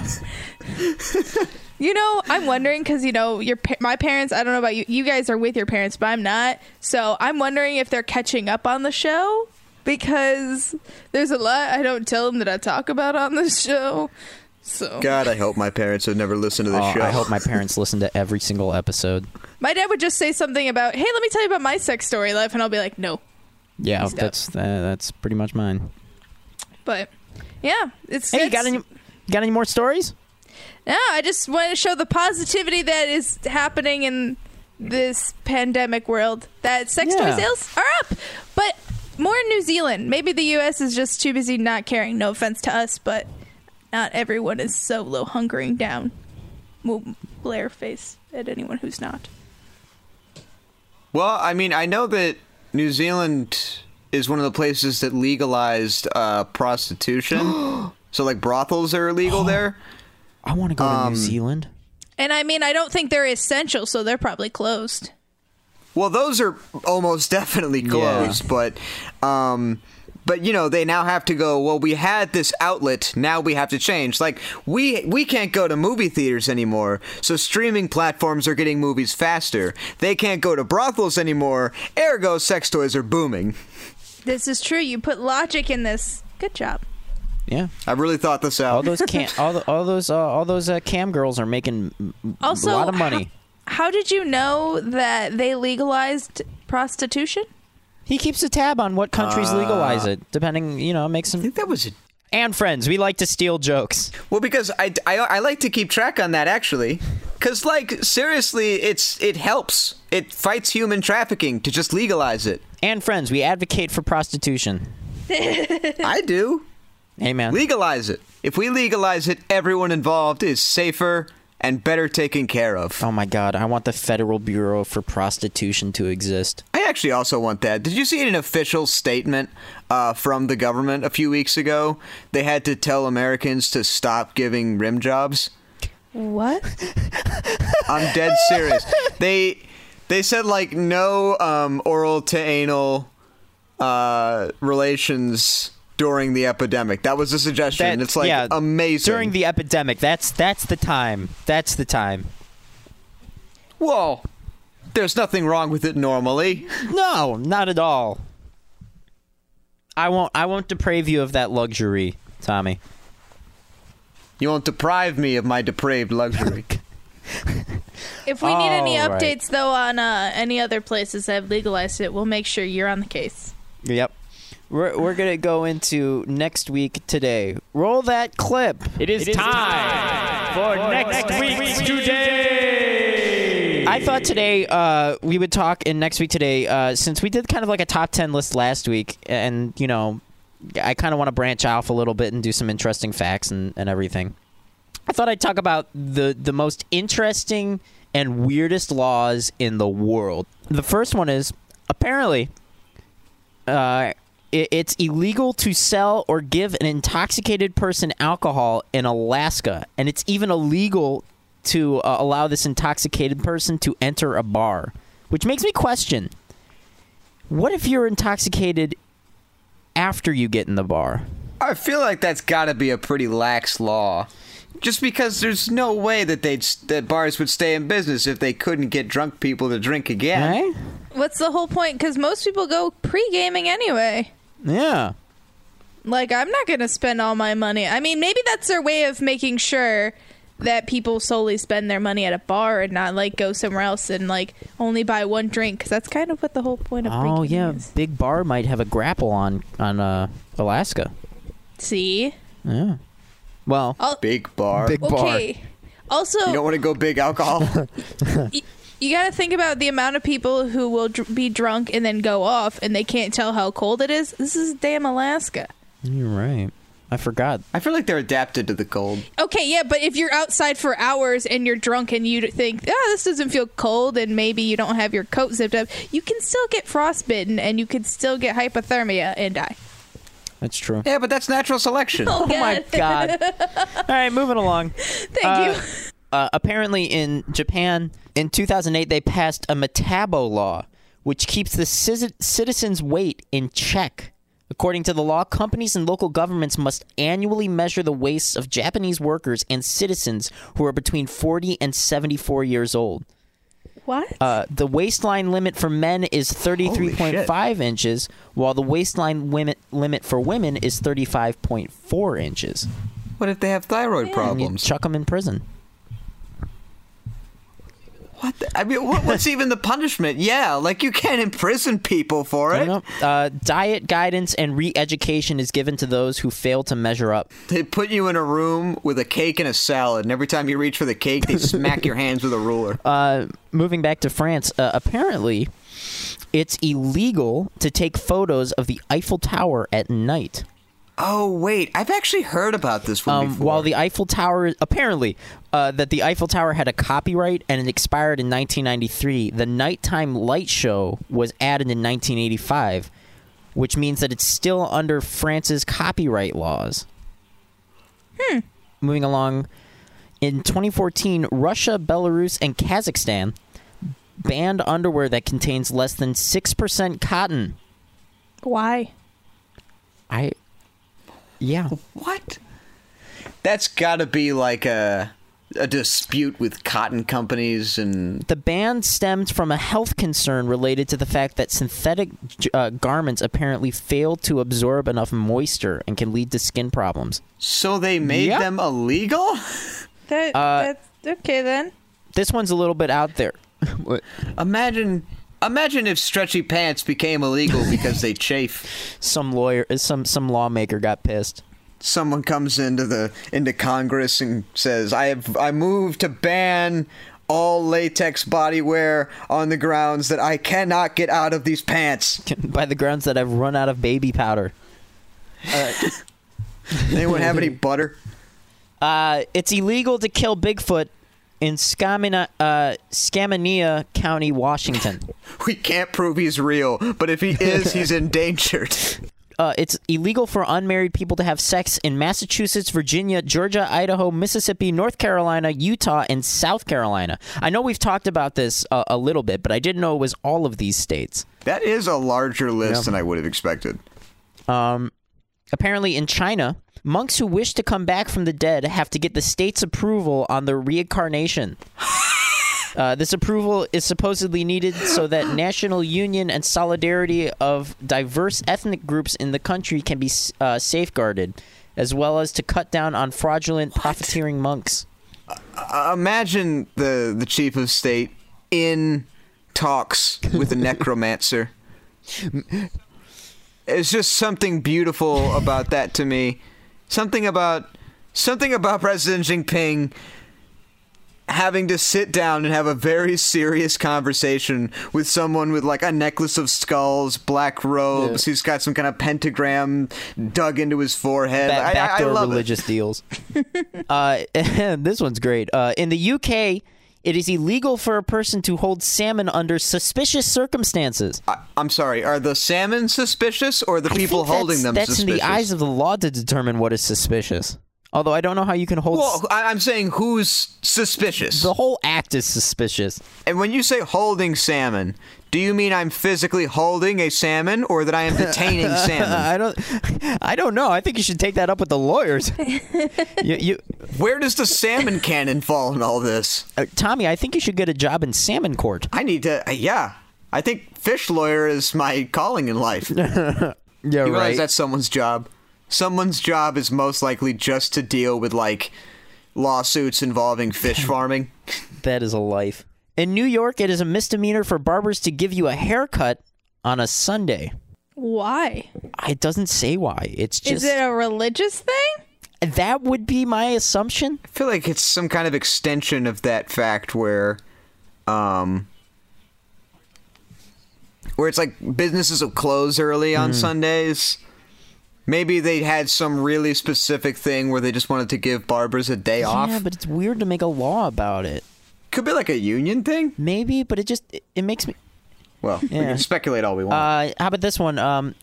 Speaker 6: You know, I'm wondering because you know your pa- my parents. I don't know about you. You guys are with your parents, but I'm not. So I'm wondering if they're catching up on the show because there's a lot I don't tell them that I talk about on the show. So
Speaker 7: God, I hope my parents have never listened to this
Speaker 2: Oh,
Speaker 7: show.
Speaker 2: I hope my parents listen to every single episode.
Speaker 6: my dad would just say something about, "Hey, let me tell you about my sex story life," and I'll be like, "No."
Speaker 2: Yeah,
Speaker 6: Please don't.
Speaker 2: that's uh, that's pretty much mine.
Speaker 6: But yeah, it's
Speaker 2: Hey, you got
Speaker 6: it's-
Speaker 2: any got any more stories?
Speaker 6: No, I just wanted to show the positivity that is happening in this pandemic world. That sex
Speaker 2: Yeah.
Speaker 6: toy sales are up, but more in New Zealand. Maybe the U.S. is just too busy not caring. No offense to us, but not everyone is so low hunkering down. We'll blare face at anyone who's not.
Speaker 7: Well, I mean, I know that New Zealand is one of the places that legalized uh, prostitution. so, like, brothels are
Speaker 2: Oh.
Speaker 7: illegal there.
Speaker 2: I want to go to
Speaker 7: Um,
Speaker 2: New Zealand.
Speaker 6: And I mean, I don't think they're essential, so they're probably closed.
Speaker 7: Well, those are almost definitely closed, but um but you know, they now have to go, well, we had this outlet, now we have to change. Like we we can't go to movie theaters anymore, so streaming platforms are getting movies faster. They can't go to brothels anymore, ergo sex toys are booming.
Speaker 6: This is true. You put logic in this. Good job.
Speaker 2: Yeah,
Speaker 7: I really thought this out.
Speaker 2: all those can all the, all those uh, all those uh, cam girls are making m-
Speaker 6: Also,
Speaker 2: a lot of money.
Speaker 6: How did you know that they legalized prostitution?
Speaker 2: He keeps a tab on what countries legalize it, depending. You know, makes them. I think
Speaker 7: that was. A-
Speaker 2: and friends, we like to steal jokes.
Speaker 7: Well, because I, I, I like to keep track on that actually, because like seriously, it's it helps. It fights human trafficking to just legalize it.
Speaker 2: And friends, we advocate for prostitution.
Speaker 7: I do.
Speaker 2: Amen.
Speaker 7: Legalize it. If we legalize it, everyone involved is safer and better taken care of.
Speaker 2: Oh my God, I want the Federal Bureau for Prostitution to exist.
Speaker 7: I actually also want that. Did you see an official statement uh, from the government a few weeks ago? They had to tell Americans to stop giving rim jobs.
Speaker 6: What?
Speaker 7: I'm dead serious. they they said like no um, oral to anal uh, relations during the epidemic. That was a suggestion.
Speaker 2: That-
Speaker 7: it's like
Speaker 2: yeah,
Speaker 7: amazing.
Speaker 2: During the epidemic, that's that's the time. That's the time.
Speaker 7: Well, there's nothing wrong with it normally.
Speaker 2: No, not at all. I won't. I won't deprave you of that luxury, Tommy.
Speaker 7: You won't deprive me of my depraved luxury.
Speaker 6: If we need any
Speaker 7: All right.
Speaker 6: updates though on uh, any other places that have legalized it, we'll make sure you're on the case.
Speaker 2: Yep. We're, we're gonna go into next week today. Roll that clip. It is, time, for, next, week today. I thought today uh, we would talk in next week today uh, since we did kind of like a top ten list last week, and you know, I kind of want to branch off a little bit and do some interesting facts and, and everything. I thought I'd talk about the the most interesting and weirdest laws in the world. The first one is apparently uh, it, it's illegal to sell or give an intoxicated person alcohol in Alaska, and it's even illegal to uh, allow this intoxicated person to enter a bar, which makes me question: What if you're intoxicated after you get in the bar?
Speaker 7: I feel like that's got to be a pretty lax law. Just because there's no way that they'd s- that bars would stay in business if they couldn't get drunk people to drink again.
Speaker 6: What's the whole point? Because most people go pre gaming anyway.
Speaker 2: Yeah.
Speaker 6: Like, I'm not going to spend all my money. I mean, maybe that's their way of making sure that people solely spend their money at a bar and not like go somewhere else and like only buy one drink because that's kind of what the whole point of
Speaker 2: Oh
Speaker 6: pre
Speaker 2: yeah, Big Bar might have a grapple on on uh, Alaska.
Speaker 6: see
Speaker 2: Yeah. Well,
Speaker 7: big bar.
Speaker 6: okay also
Speaker 7: You don't want to go big alcohol.
Speaker 6: you got to think about the amount of people who will dr- be drunk and then go off and they can't tell how cold it is this is damn alaska
Speaker 2: You're right. I forgot.
Speaker 7: I feel like they're adapted to the cold.
Speaker 6: Okay, yeah, but if you're outside for hours and you're drunk and you think, oh, this doesn't feel cold and maybe you don't have your coat zipped up, you can still get frostbitten and you could still get hypothermia and die.
Speaker 2: That's true.
Speaker 7: Yeah, but that's natural selection.
Speaker 6: Oh,
Speaker 2: my god. All right, moving along.
Speaker 6: Thank you.
Speaker 2: Uh, apparently, in Japan, in 2008, they passed a metabo law, which keeps the ciz- citizens' weight in check. According to the law, companies and local governments must annually measure the weights of Japanese workers and citizens who are between 40 and 74 years old.
Speaker 6: What?
Speaker 2: Uh, the waistline limit for men is 33.5 inches, while the waistline limit, limit for women is 35.4 inches.
Speaker 7: What if they have thyroid
Speaker 2: problems? Chuck them in prison.
Speaker 7: What? The, I mean, what, what's even the punishment? Yeah, like you can't imprison people for it.
Speaker 2: Uh, diet guidance and re education is given to those who fail to measure up.
Speaker 7: They put you in a room with a cake and a salad, and every time you reach for the cake, they smack your hands with a ruler.
Speaker 2: Uh, moving back to France, uh, apparently it's illegal to take photos of the Eiffel Tower at night.
Speaker 7: Oh wait, I've actually heard about this one
Speaker 2: um, While the Eiffel Tower apparently uh, that the Eiffel Tower had a copyright and it expired in 1993, the nighttime light show was added in 1985, which means that it's still under France's copyright laws.
Speaker 6: Hmm.
Speaker 2: Moving along, in 2014, Russia, Belarus, and Kazakhstan banned underwear that contains less than six percent cotton.
Speaker 6: Why?
Speaker 2: I, yeah.
Speaker 7: What? That's got to be like a a dispute with cotton companies and
Speaker 2: The ban stemmed from a health concern related to the fact that synthetic j- uh, garments apparently fail to absorb enough moisture and can lead to skin problems.
Speaker 7: So they made
Speaker 2: Yep.
Speaker 7: them illegal.
Speaker 6: That,
Speaker 2: Uh,
Speaker 6: that's okay then.
Speaker 2: This one's a little bit out there.
Speaker 7: imagine, imagine if stretchy pants became illegal because they chafe.
Speaker 2: Some lawyer, uh, some some lawmaker got pissed.
Speaker 7: Someone comes into the into Congress and says, "I have I move to ban." All latex body wear on the grounds that I cannot get out of these pants.
Speaker 2: By the grounds that I've run out of baby powder.
Speaker 7: Anyone have any butter?
Speaker 2: Uh, it's illegal to kill Bigfoot in Scamina, uh, Scaminea County, Washington.
Speaker 7: We can't prove he's real, but if he is, he's endangered.
Speaker 2: uh, it's illegal for unmarried people to have sex in Massachusetts, Virginia, Georgia, Idaho, Mississippi, North Carolina, Utah, and South Carolina. I know we've talked about this uh, a little bit, but I didn't know it was all of these states.
Speaker 7: That is a larger list
Speaker 2: Yeah.
Speaker 7: than I would have expected.
Speaker 2: Um, apparently, in China, monks who wish to come back from the dead have to get the state's approval on their reincarnation. Uh, this approval is supposedly needed so that national union and solidarity of diverse ethnic groups in the country can be uh, safeguarded, as well as to cut down on fraudulent profiteering monks.
Speaker 7: Uh, imagine the the chief of state in talks with a necromancer. It's just something beautiful about that to me. Something about something about President Jinping having to sit down and have a very serious conversation with someone with like a necklace of skulls, black robes, who's got some kind of pentagram dug into his forehead.
Speaker 2: Back,
Speaker 7: I- I- I,
Speaker 2: backdoor
Speaker 7: love it.
Speaker 2: religious deals. uh, this one's great. Uh, in the UK, it is illegal for a person to hold salmon under suspicious circumstances.
Speaker 7: I'm sorry. Are the salmon suspicious, or the people
Speaker 2: think
Speaker 7: holding
Speaker 2: that's-
Speaker 7: them
Speaker 2: That's
Speaker 7: suspicious?
Speaker 2: in the eyes of the law to determine what is suspicious. Although I don't know how you can hold.
Speaker 7: Well, I- I'm saying who's suspicious. The
Speaker 2: whole act is suspicious.
Speaker 7: And when you say holding salmon, do you mean I'm physically holding a salmon or that I am detaining salmon?
Speaker 2: I don't. I don't know. I think you should take that up with the lawyers. you, you,
Speaker 7: Where does the salmon cannon fall in all this?
Speaker 2: Uh, Tommy, I think you should get a job in salmon court.
Speaker 7: I need to. Uh, yeah, I think fish lawyer is my calling in life. yeah,
Speaker 2: you
Speaker 7: realize
Speaker 2: right.
Speaker 7: That's someone's job. Someone's job is most likely just to deal with like lawsuits involving fish farming.
Speaker 2: that is a life. In New York, it is a misdemeanor for barbers to give you a haircut on a Sunday.
Speaker 6: Why?
Speaker 2: It doesn't say why. It's just
Speaker 6: Is it a religious thing?
Speaker 2: That would be my assumption.
Speaker 7: I feel like it's some kind of extension of that fact where, um, where it's like businesses will close early on
Speaker 12: Mm.
Speaker 2: Mm-hmm.
Speaker 7: Sundays. Maybe they had some really specific thing where they just wanted to give barbers a day off.
Speaker 2: Yeah, but it's weird to make a law about it.
Speaker 7: Could be like a union thing.
Speaker 2: Maybe, but it just it, it makes me.
Speaker 7: Well, we
Speaker 2: Yeah.
Speaker 7: can speculate all we want.
Speaker 2: Uh, how about this one? Um,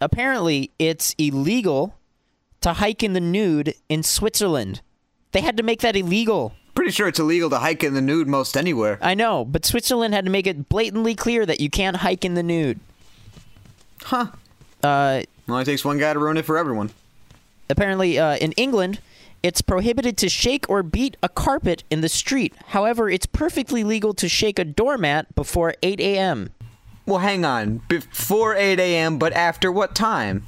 Speaker 2: apparently, it's illegal to hike in the nude in Switzerland. They had to make that illegal.
Speaker 7: Pretty sure it's illegal to hike in the nude most anywhere.
Speaker 2: I know, but Switzerland had to make it blatantly clear that you can't hike in the nude.
Speaker 7: Huh.
Speaker 2: Uh,
Speaker 7: Only takes one guy to ruin it for everyone.
Speaker 2: Apparently, uh, in England, it's prohibited to shake or beat a carpet in the street. However, it's perfectly legal to shake a doormat before 8 a.m.
Speaker 7: Well, hang on. Before 8 a.m., but after what time?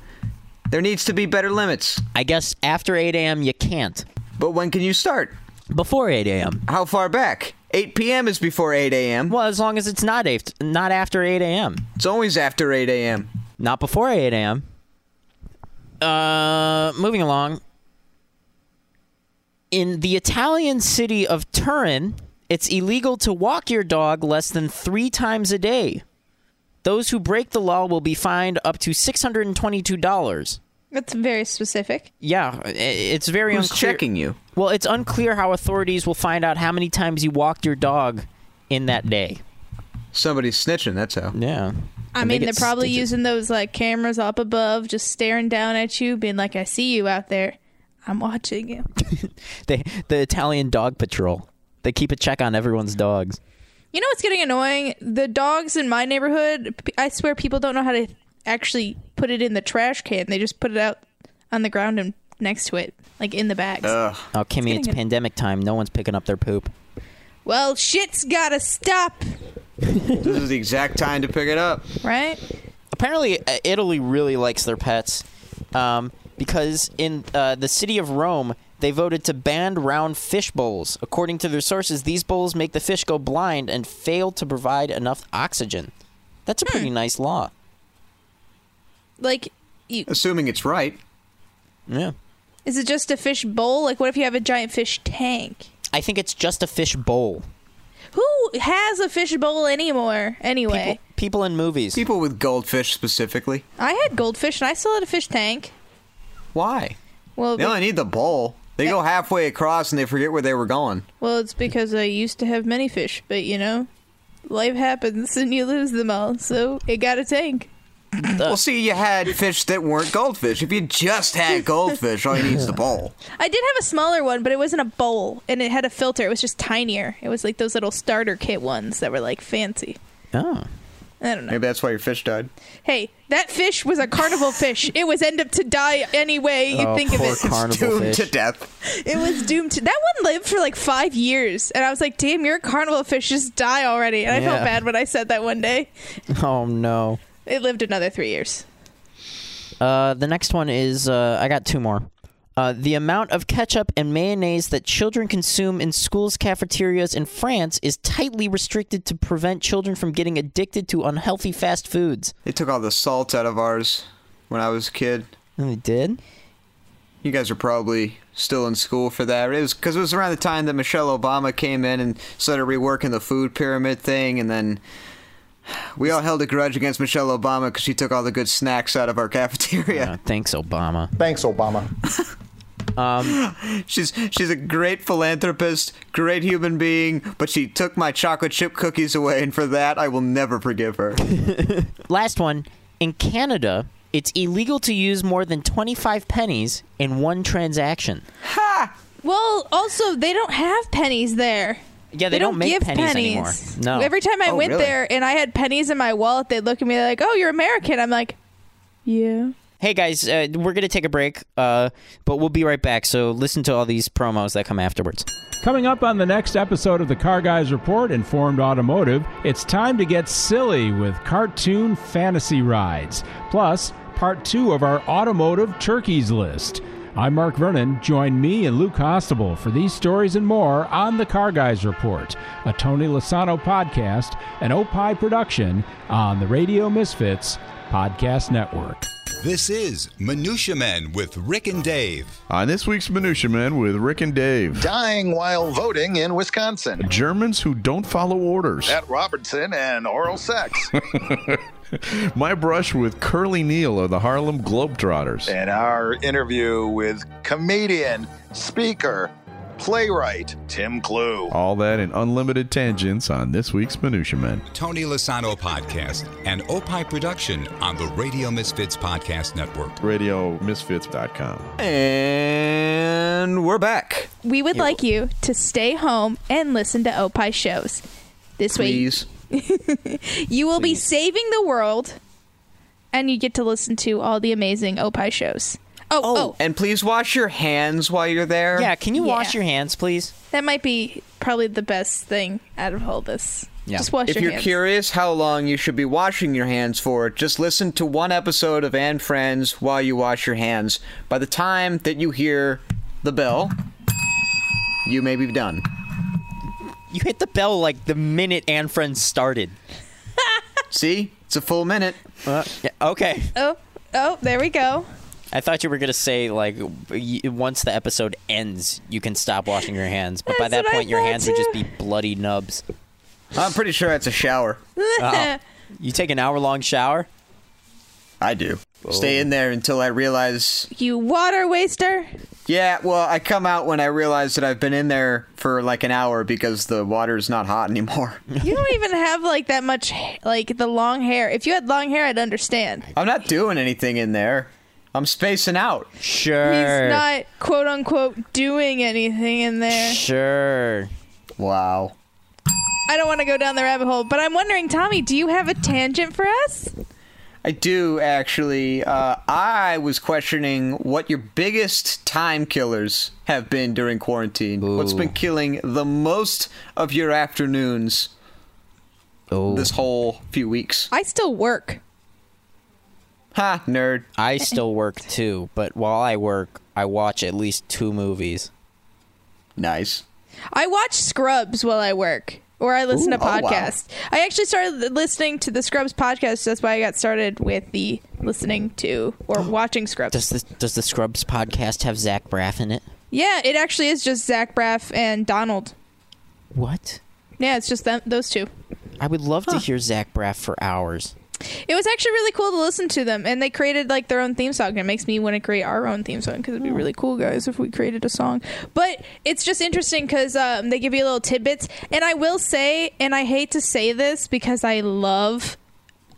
Speaker 7: There needs to be better limits.
Speaker 2: I guess after 8 a.m., you can't.
Speaker 7: But when can you start?
Speaker 2: Before 8 a.m.
Speaker 7: How far back? 8 p.m. is before 8 a.m.
Speaker 2: Well, as long as it's not eight, not after 8 a.m.
Speaker 7: It's always after 8 a.m.
Speaker 2: Not before 8 a.m. Uh, moving along. In the Italian city of Turin, it's illegal to walk your dog less than three times a day. Those who break the law will be fined up to six hundred and twenty-two dollars.
Speaker 6: That's very specific.
Speaker 2: Yeah, i- it's very
Speaker 7: Who's
Speaker 2: unclear.
Speaker 7: checking you?
Speaker 2: Well, it's unclear how authorities will find out how many times you walked your dog in that day.
Speaker 7: Somebody's snitching, that's how.
Speaker 2: Yeah.
Speaker 6: I mean, they're probably using those like cameras up above, just staring down at you, being like, "I see you out there. I'm watching you."
Speaker 2: They, the Italian dog patrol. They keep a check on everyone's dogs.
Speaker 6: You know what's getting annoying? The dogs in my neighborhood, p- I swear people don't know how to actually put it in the trash can. They just put it out on the ground and next to it, like in the bags.
Speaker 7: Uh.
Speaker 2: Oh, Kimmy, it's
Speaker 6: getting-
Speaker 2: pandemic time. No one's picking up their poop.
Speaker 6: Well, shit's gotta stop,
Speaker 7: this is the exact time to pick it up.
Speaker 6: right?
Speaker 2: Apparently, uh, Italy really likes their pets um, because in uh, the city of Rome, they voted to ban round fish bowls. According to their sources, these bowls make the fish go blind and fail to provide enough oxygen. That's a
Speaker 6: Hmm.
Speaker 2: pretty nice law.
Speaker 6: Like, you,
Speaker 7: Assuming it's right.
Speaker 2: Yeah.
Speaker 6: is it just a fish bowl? Like, what if you have a giant fish tank?
Speaker 2: I think it's just a fish bowl.
Speaker 6: Who has a fish bowl anymore? Anyway,
Speaker 2: People in movies.
Speaker 7: People with goldfish specifically.
Speaker 6: I had goldfish and I still had a fish tank.
Speaker 7: Why?
Speaker 6: Well,
Speaker 7: They only need the bowl. They go halfway across and they forget where they were going.
Speaker 6: Well, it's because I used to have many fish, but you know, life happens and you lose them all, so it got a tank.
Speaker 7: well, see, you had fish that weren't goldfish. If you just had goldfish, all you need is the bowl.
Speaker 6: I did have a smaller one, but it wasn't a bowl, and it had a filter. It was just tinier. It was like those little starter kit ones that were like fancy.
Speaker 2: Oh.
Speaker 6: I don't know.
Speaker 7: Maybe that's why your fish died.
Speaker 6: Hey, that fish was a carnival fish. It was end up to die anyway.
Speaker 2: Oh,
Speaker 6: You think of it.
Speaker 7: doomed to death.
Speaker 6: It was doomed to. That one lived for like five years, and I was like, "Damn, you're a carnival fish. Just die already." And I felt
Speaker 2: Yeah.
Speaker 6: bad when I said that one day.
Speaker 2: Oh no.
Speaker 6: It lived another three years.
Speaker 2: Uh, the next one is uh, I got two more. Uh, the amount of ketchup and mayonnaise that children consume in schools' cafeterias in France is tightly restricted to prevent children from getting addicted to unhealthy fast foods.
Speaker 7: They took all the salt out of ours when I was a kid.
Speaker 2: And they did?
Speaker 7: You guys are probably still in school for that. It was because it was around the time that Michelle Obama came in and started reworking the food pyramid thing, and then we all held a grudge against Michelle Obama because she took all the good snacks out of our cafeteria.
Speaker 2: Uh, thanks, Obama.
Speaker 10: Thanks, Obama.
Speaker 2: Um,
Speaker 7: she's she's a great philanthropist, great human being, but she took my chocolate chip cookies away, and for that I will never forgive her.
Speaker 2: Last one. In Canada, It's illegal to use more than 25 pennies in one transaction.
Speaker 6: Well, also they don't have pennies there.
Speaker 2: Yeah, they
Speaker 6: don't,
Speaker 2: don't make
Speaker 6: give
Speaker 2: pennies
Speaker 6: pennies,
Speaker 2: anymore. No.
Speaker 6: Every time I
Speaker 2: Oh,
Speaker 6: went
Speaker 2: really?
Speaker 6: there and I had pennies in my wallet, they'd look at me like, "Oh, you're American." I'm like, "Yeah."
Speaker 2: Hey guys, uh, we're going to take a break, uh, but we'll be right back. So listen to all these promos that come afterwards.
Speaker 1: Coming up on the next episode of the Car Guys Report Informed Automotive, it's time to get silly with cartoon fantasy rides. Plus, part two of our automotive turkeys list. I'm Mark Vernon. Join me and Lou Costable for these stories and more on the Car Guys Report, a Tony Lasano podcast, an Opie production on the Radio Misfits Podcast Network.
Speaker 3: This is Minutia Men with Rick and Dave.
Speaker 4: On this week's Minutia Men with Rick and Dave.
Speaker 5: Dying while voting in Wisconsin.
Speaker 4: Germans who don't follow orders.
Speaker 5: At Robertson and oral sex.
Speaker 4: My brush with Curly Neal of the Harlem Globetrotters.
Speaker 5: and our interview with comedian, speaker, playwright Tim Clue.
Speaker 4: All that and unlimited tangents on this week's Minutia Men.
Speaker 3: Tony Lasano podcast, an Opie production on the Radio Misfits Podcast Network.
Speaker 4: RadioMisfits.com.
Speaker 7: And we're back.
Speaker 6: We would like you to stay home and listen to Opie shows. This way,
Speaker 7: Please.
Speaker 6: you will be saving the world, and you get to listen to all the amazing Opie shows. Oh, oh,
Speaker 7: And please wash your hands while you're there.
Speaker 6: Yeah, can you wash Yeah. your
Speaker 2: hands, please?
Speaker 6: that might be probably the best thing out of all this. Just wash
Speaker 7: if
Speaker 6: your
Speaker 7: you're
Speaker 6: hands.
Speaker 7: curious how long you should be washing your hands for, just listen to one episode of And Friends while you wash your hands. By the time that you hear the bell, you may be done.
Speaker 2: You hit the bell like the minute Anne Friends started.
Speaker 7: See? It's a full minute.
Speaker 2: okay.
Speaker 6: oh, oh, there we go.
Speaker 2: I thought you were going to say, like, y- once the episode ends, you can stop washing your hands. But by
Speaker 6: That's
Speaker 2: that
Speaker 6: what I
Speaker 2: point, your
Speaker 6: thought
Speaker 2: hands would just
Speaker 6: too.
Speaker 2: be bloody nubs.
Speaker 7: I'm pretty sure it's a shower.
Speaker 2: Oh. You take an hour long shower?
Speaker 7: I do. Stay in there until I realize.
Speaker 6: You water waster.
Speaker 7: Yeah, well, I come out when I realize that I've been in there for like an hour because the water's not hot anymore.
Speaker 6: You don't even have like that much, ha- like the long hair. If you had long hair, I'd understand.
Speaker 7: I'm not doing anything in there. I'm spacing out.
Speaker 2: Sure.
Speaker 6: He's not quote unquote doing anything in there.
Speaker 2: Sure.
Speaker 7: Wow.
Speaker 6: I don't want to go down the rabbit hole, but I'm wondering, Tommy, do you have a tangent for us?
Speaker 7: I do actually. Uh, I was questioning what your biggest time killers have been during quarantine. What's been killing the most of your afternoons this whole few weeks?
Speaker 6: I still work.
Speaker 7: Ha, nerd.
Speaker 2: I still work too, but while I work, I watch at least two movies.
Speaker 7: Nice.
Speaker 6: I watch Scrubs while I work or I listen
Speaker 2: Ooh.
Speaker 6: to
Speaker 2: Oh, wow.
Speaker 6: podcasts. I actually started listening to the Scrubs podcast. That's why I got started with the listening to or watching Scrubs.
Speaker 2: Does the Does the Scrubs podcast have Zach Braff in it?
Speaker 6: yeah, it actually is just Zach Braff and Donald.
Speaker 2: What?
Speaker 6: Yeah, it's just them, those two.
Speaker 2: I would love to hear Zach Braff for hours.
Speaker 6: It was actually really cool to listen to them, and they created like their own theme song. And it makes me want to create our own theme song because it'd be really cool, guys, if we created a song. But it's just interesting because um, they give you little tidbits. And I will say, and I hate to say this because I love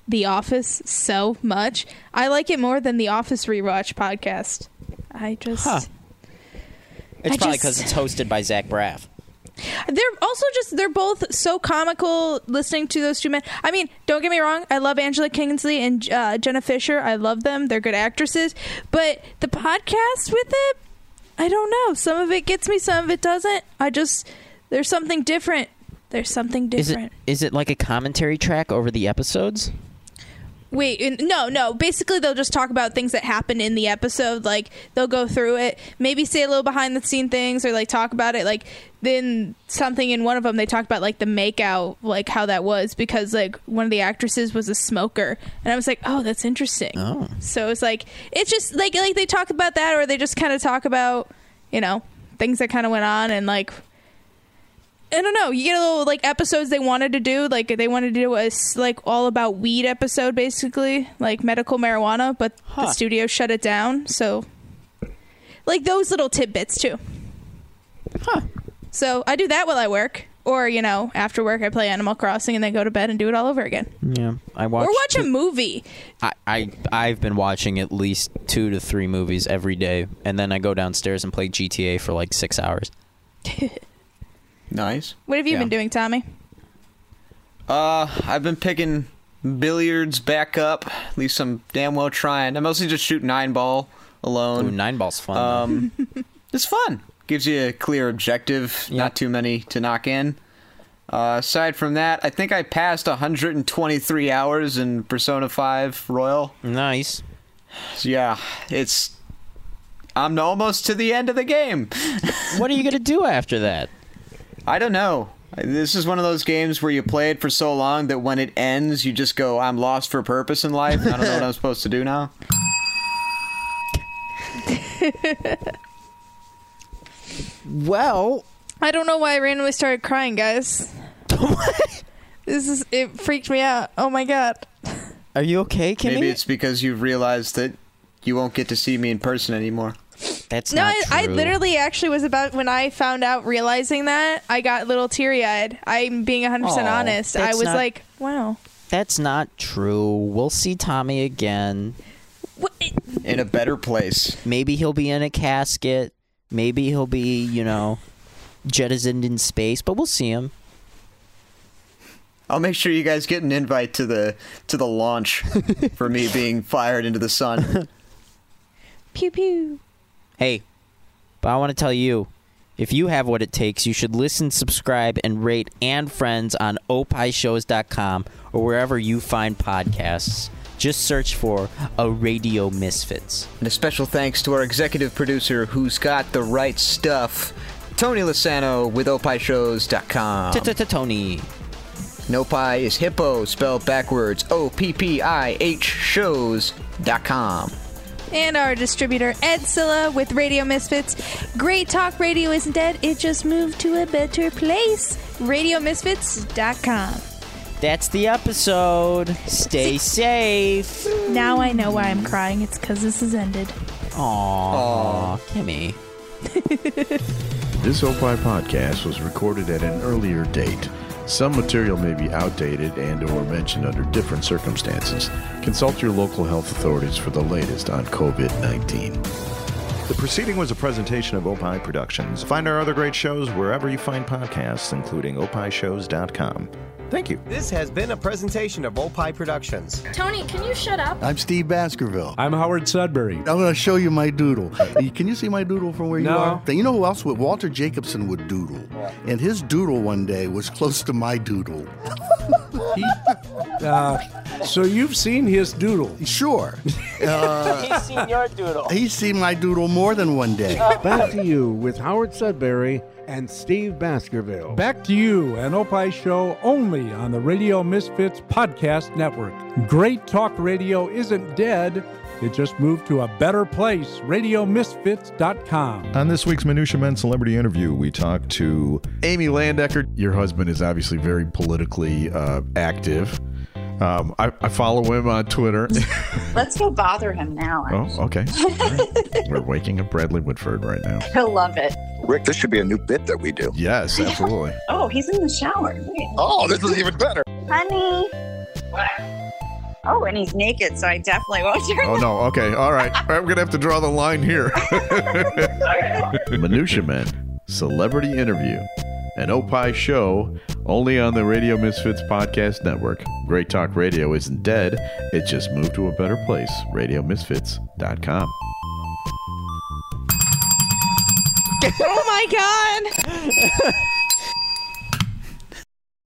Speaker 6: The Office so much, I like it more than The Office rewatch podcast. I just
Speaker 2: Huh. It's
Speaker 6: I
Speaker 2: probably
Speaker 6: just-
Speaker 2: because it's hosted by Zach Braff.
Speaker 6: They're also just they're both so comical listening to those two men. I mean, don't get me wrong, I love Angela Kingsley and uh, Jenna Fisher. I love them. They're good actresses, but the podcast with it, I don't know. Some of it gets me, some of it doesn't. I just there's something different. There's something
Speaker 2: Is it
Speaker 6: different.
Speaker 2: Is it like a commentary track over the episodes?
Speaker 6: Wait, in- no, no. Basically, they'll just talk about things that happened in the episode. Like they'll go through it, maybe say a little behind the scene things, or like talk about it. Like then something in one of them, they talked about like the makeout, like how that was because like one of the actresses was a smoker, and I was like, oh, that's interesting.
Speaker 2: Oh.
Speaker 6: So it's like it's just like like they talk about that, or they just kind of talk about you know things that kind of went on and like I don't know. You get a little like episodes they wanted to do. Like they wanted to do a s- like all about weed episode, basically like medical marijuana, but
Speaker 2: Huh.
Speaker 6: the studio shut it down. So, like those little tidbits too. So I do that while I work, or you know, after work I play Animal Crossing and then go to bed and do it all over again,
Speaker 2: Yeah, I watch.
Speaker 6: or watch a movie.
Speaker 2: I, I I've been watching at least two to three movies every day, and then I go downstairs and play GTA for like six hours.
Speaker 7: Nice.
Speaker 6: What have you
Speaker 7: Yeah.
Speaker 6: been doing, Tommy?
Speaker 7: Uh, I've been picking billiards back up. At least I'm damn well trying. I mostly just shoot nine ball alone.
Speaker 2: nine ball's fun.
Speaker 7: Um, it's fun. Gives you a clear objective. Not too many to knock in. Uh, aside from that, I think I passed 123 hours in Persona 5 Royal.
Speaker 2: Nice.
Speaker 7: Yeah, it's. I'm almost to the end of the game.
Speaker 2: what are you gonna do after that?
Speaker 7: I don't know. This is one of those games where you play it for so long that when it ends, you just go, "I'm lost for purpose in life. I don't know what I'm supposed to do now."
Speaker 2: Well,
Speaker 6: I don't know why I randomly started crying, guys. This is it freaked me out. Oh my god.
Speaker 2: Are you okay, Kimmy?
Speaker 7: Maybe it's because you've realized that you won't get to see me in person anymore.
Speaker 2: That's
Speaker 6: no, I, I literally actually was about when I found out realizing that I got a little teary eyed. I'm being 100 percent
Speaker 2: Aw,
Speaker 6: honest. I
Speaker 2: that's
Speaker 6: was
Speaker 2: not-
Speaker 6: like, wow.
Speaker 2: That's not true. We'll see Tommy again.
Speaker 7: In a better place.
Speaker 2: Maybe he'll be in a casket. Maybe he'll be, you know, jettisoned in space, but we'll see him.
Speaker 7: I'll make sure you guys get an invite to the to the launch for me being fired into the sun.
Speaker 6: Pew pew.
Speaker 2: Hey, but I want to tell you if you have what it takes, you should listen, subscribe, and rate and friends on opishows.com or wherever you find podcasts. Just search for a Radio Misfits.
Speaker 7: And a special thanks to our executive producer who's got the right stuff, Tony Lasano with opishows.com.
Speaker 2: Tony.
Speaker 7: Nopi is hippo, spelled backwards. O P P I H shows.com.
Speaker 6: And our distributor Ed Silla with Radio Misfits. Great Talk Radio isn't dead. It just moved to a better place. RadioMisfits.com.
Speaker 2: That's the episode. Stay safe.
Speaker 6: Now I know why I'm crying. It's because this has ended.
Speaker 2: Aww, Kimmy.
Speaker 10: This OPI podcast was recorded at an earlier date. Some material may be outdated and or mentioned under different circumstances. Consult your local health authorities for the latest on COVID-19. The preceding was a presentation of OPI Productions. Find our other great shows wherever you find podcasts, including opishows.com. Thank you.
Speaker 12: This has been a presentation of Opie Productions.
Speaker 13: Tony, can you shut up?
Speaker 14: I'm Steve Baskerville.
Speaker 11: I'm Howard Sudbury. I'm
Speaker 14: going to show you my doodle. Can you see my doodle from where you
Speaker 11: No.
Speaker 14: are? You know who else would? Walter Jacobson would doodle. And his doodle one day was close to my doodle.
Speaker 11: Uh, so you've seen his doodle?
Speaker 14: Sure. Uh,
Speaker 2: seen your doodle.
Speaker 14: he's seen my doodle more than one day.
Speaker 15: Back to you with Howard Sudbury and Steve Baskerville.
Speaker 11: Back to you, an Opie show only on the Radio Misfits Podcast Network. Great Talk Radio isn't dead, it just moved to a better place. RadioMisfits.com.
Speaker 10: On this week's Minutia Men Celebrity Interview, we talk to Amy Landecker. Your husband is obviously very politically uh, active. Um, I, I follow him on Twitter.
Speaker 13: Let's go bother him now.
Speaker 10: oh, okay. All right. We're waking up Bradley Woodford right now.
Speaker 7: Oh.
Speaker 13: He'll love it.
Speaker 5: Rick, this should be a new bit that we do.
Speaker 10: Yes, absolutely.
Speaker 13: Oh, he's in the shower. Wait.
Speaker 5: Oh, this is even better.
Speaker 13: Honey. Oh, and he's naked, so I definitely won't turn.
Speaker 10: Oh no. Okay. All right. All right, We're gonna have to draw the line here. Minutia Men Celebrity Interview, an Opie show only on the Radio Misfits Podcast Network. Great Talk Radio isn't dead. It just moved to a better place. RadioMisfits.com.
Speaker 6: oh my god.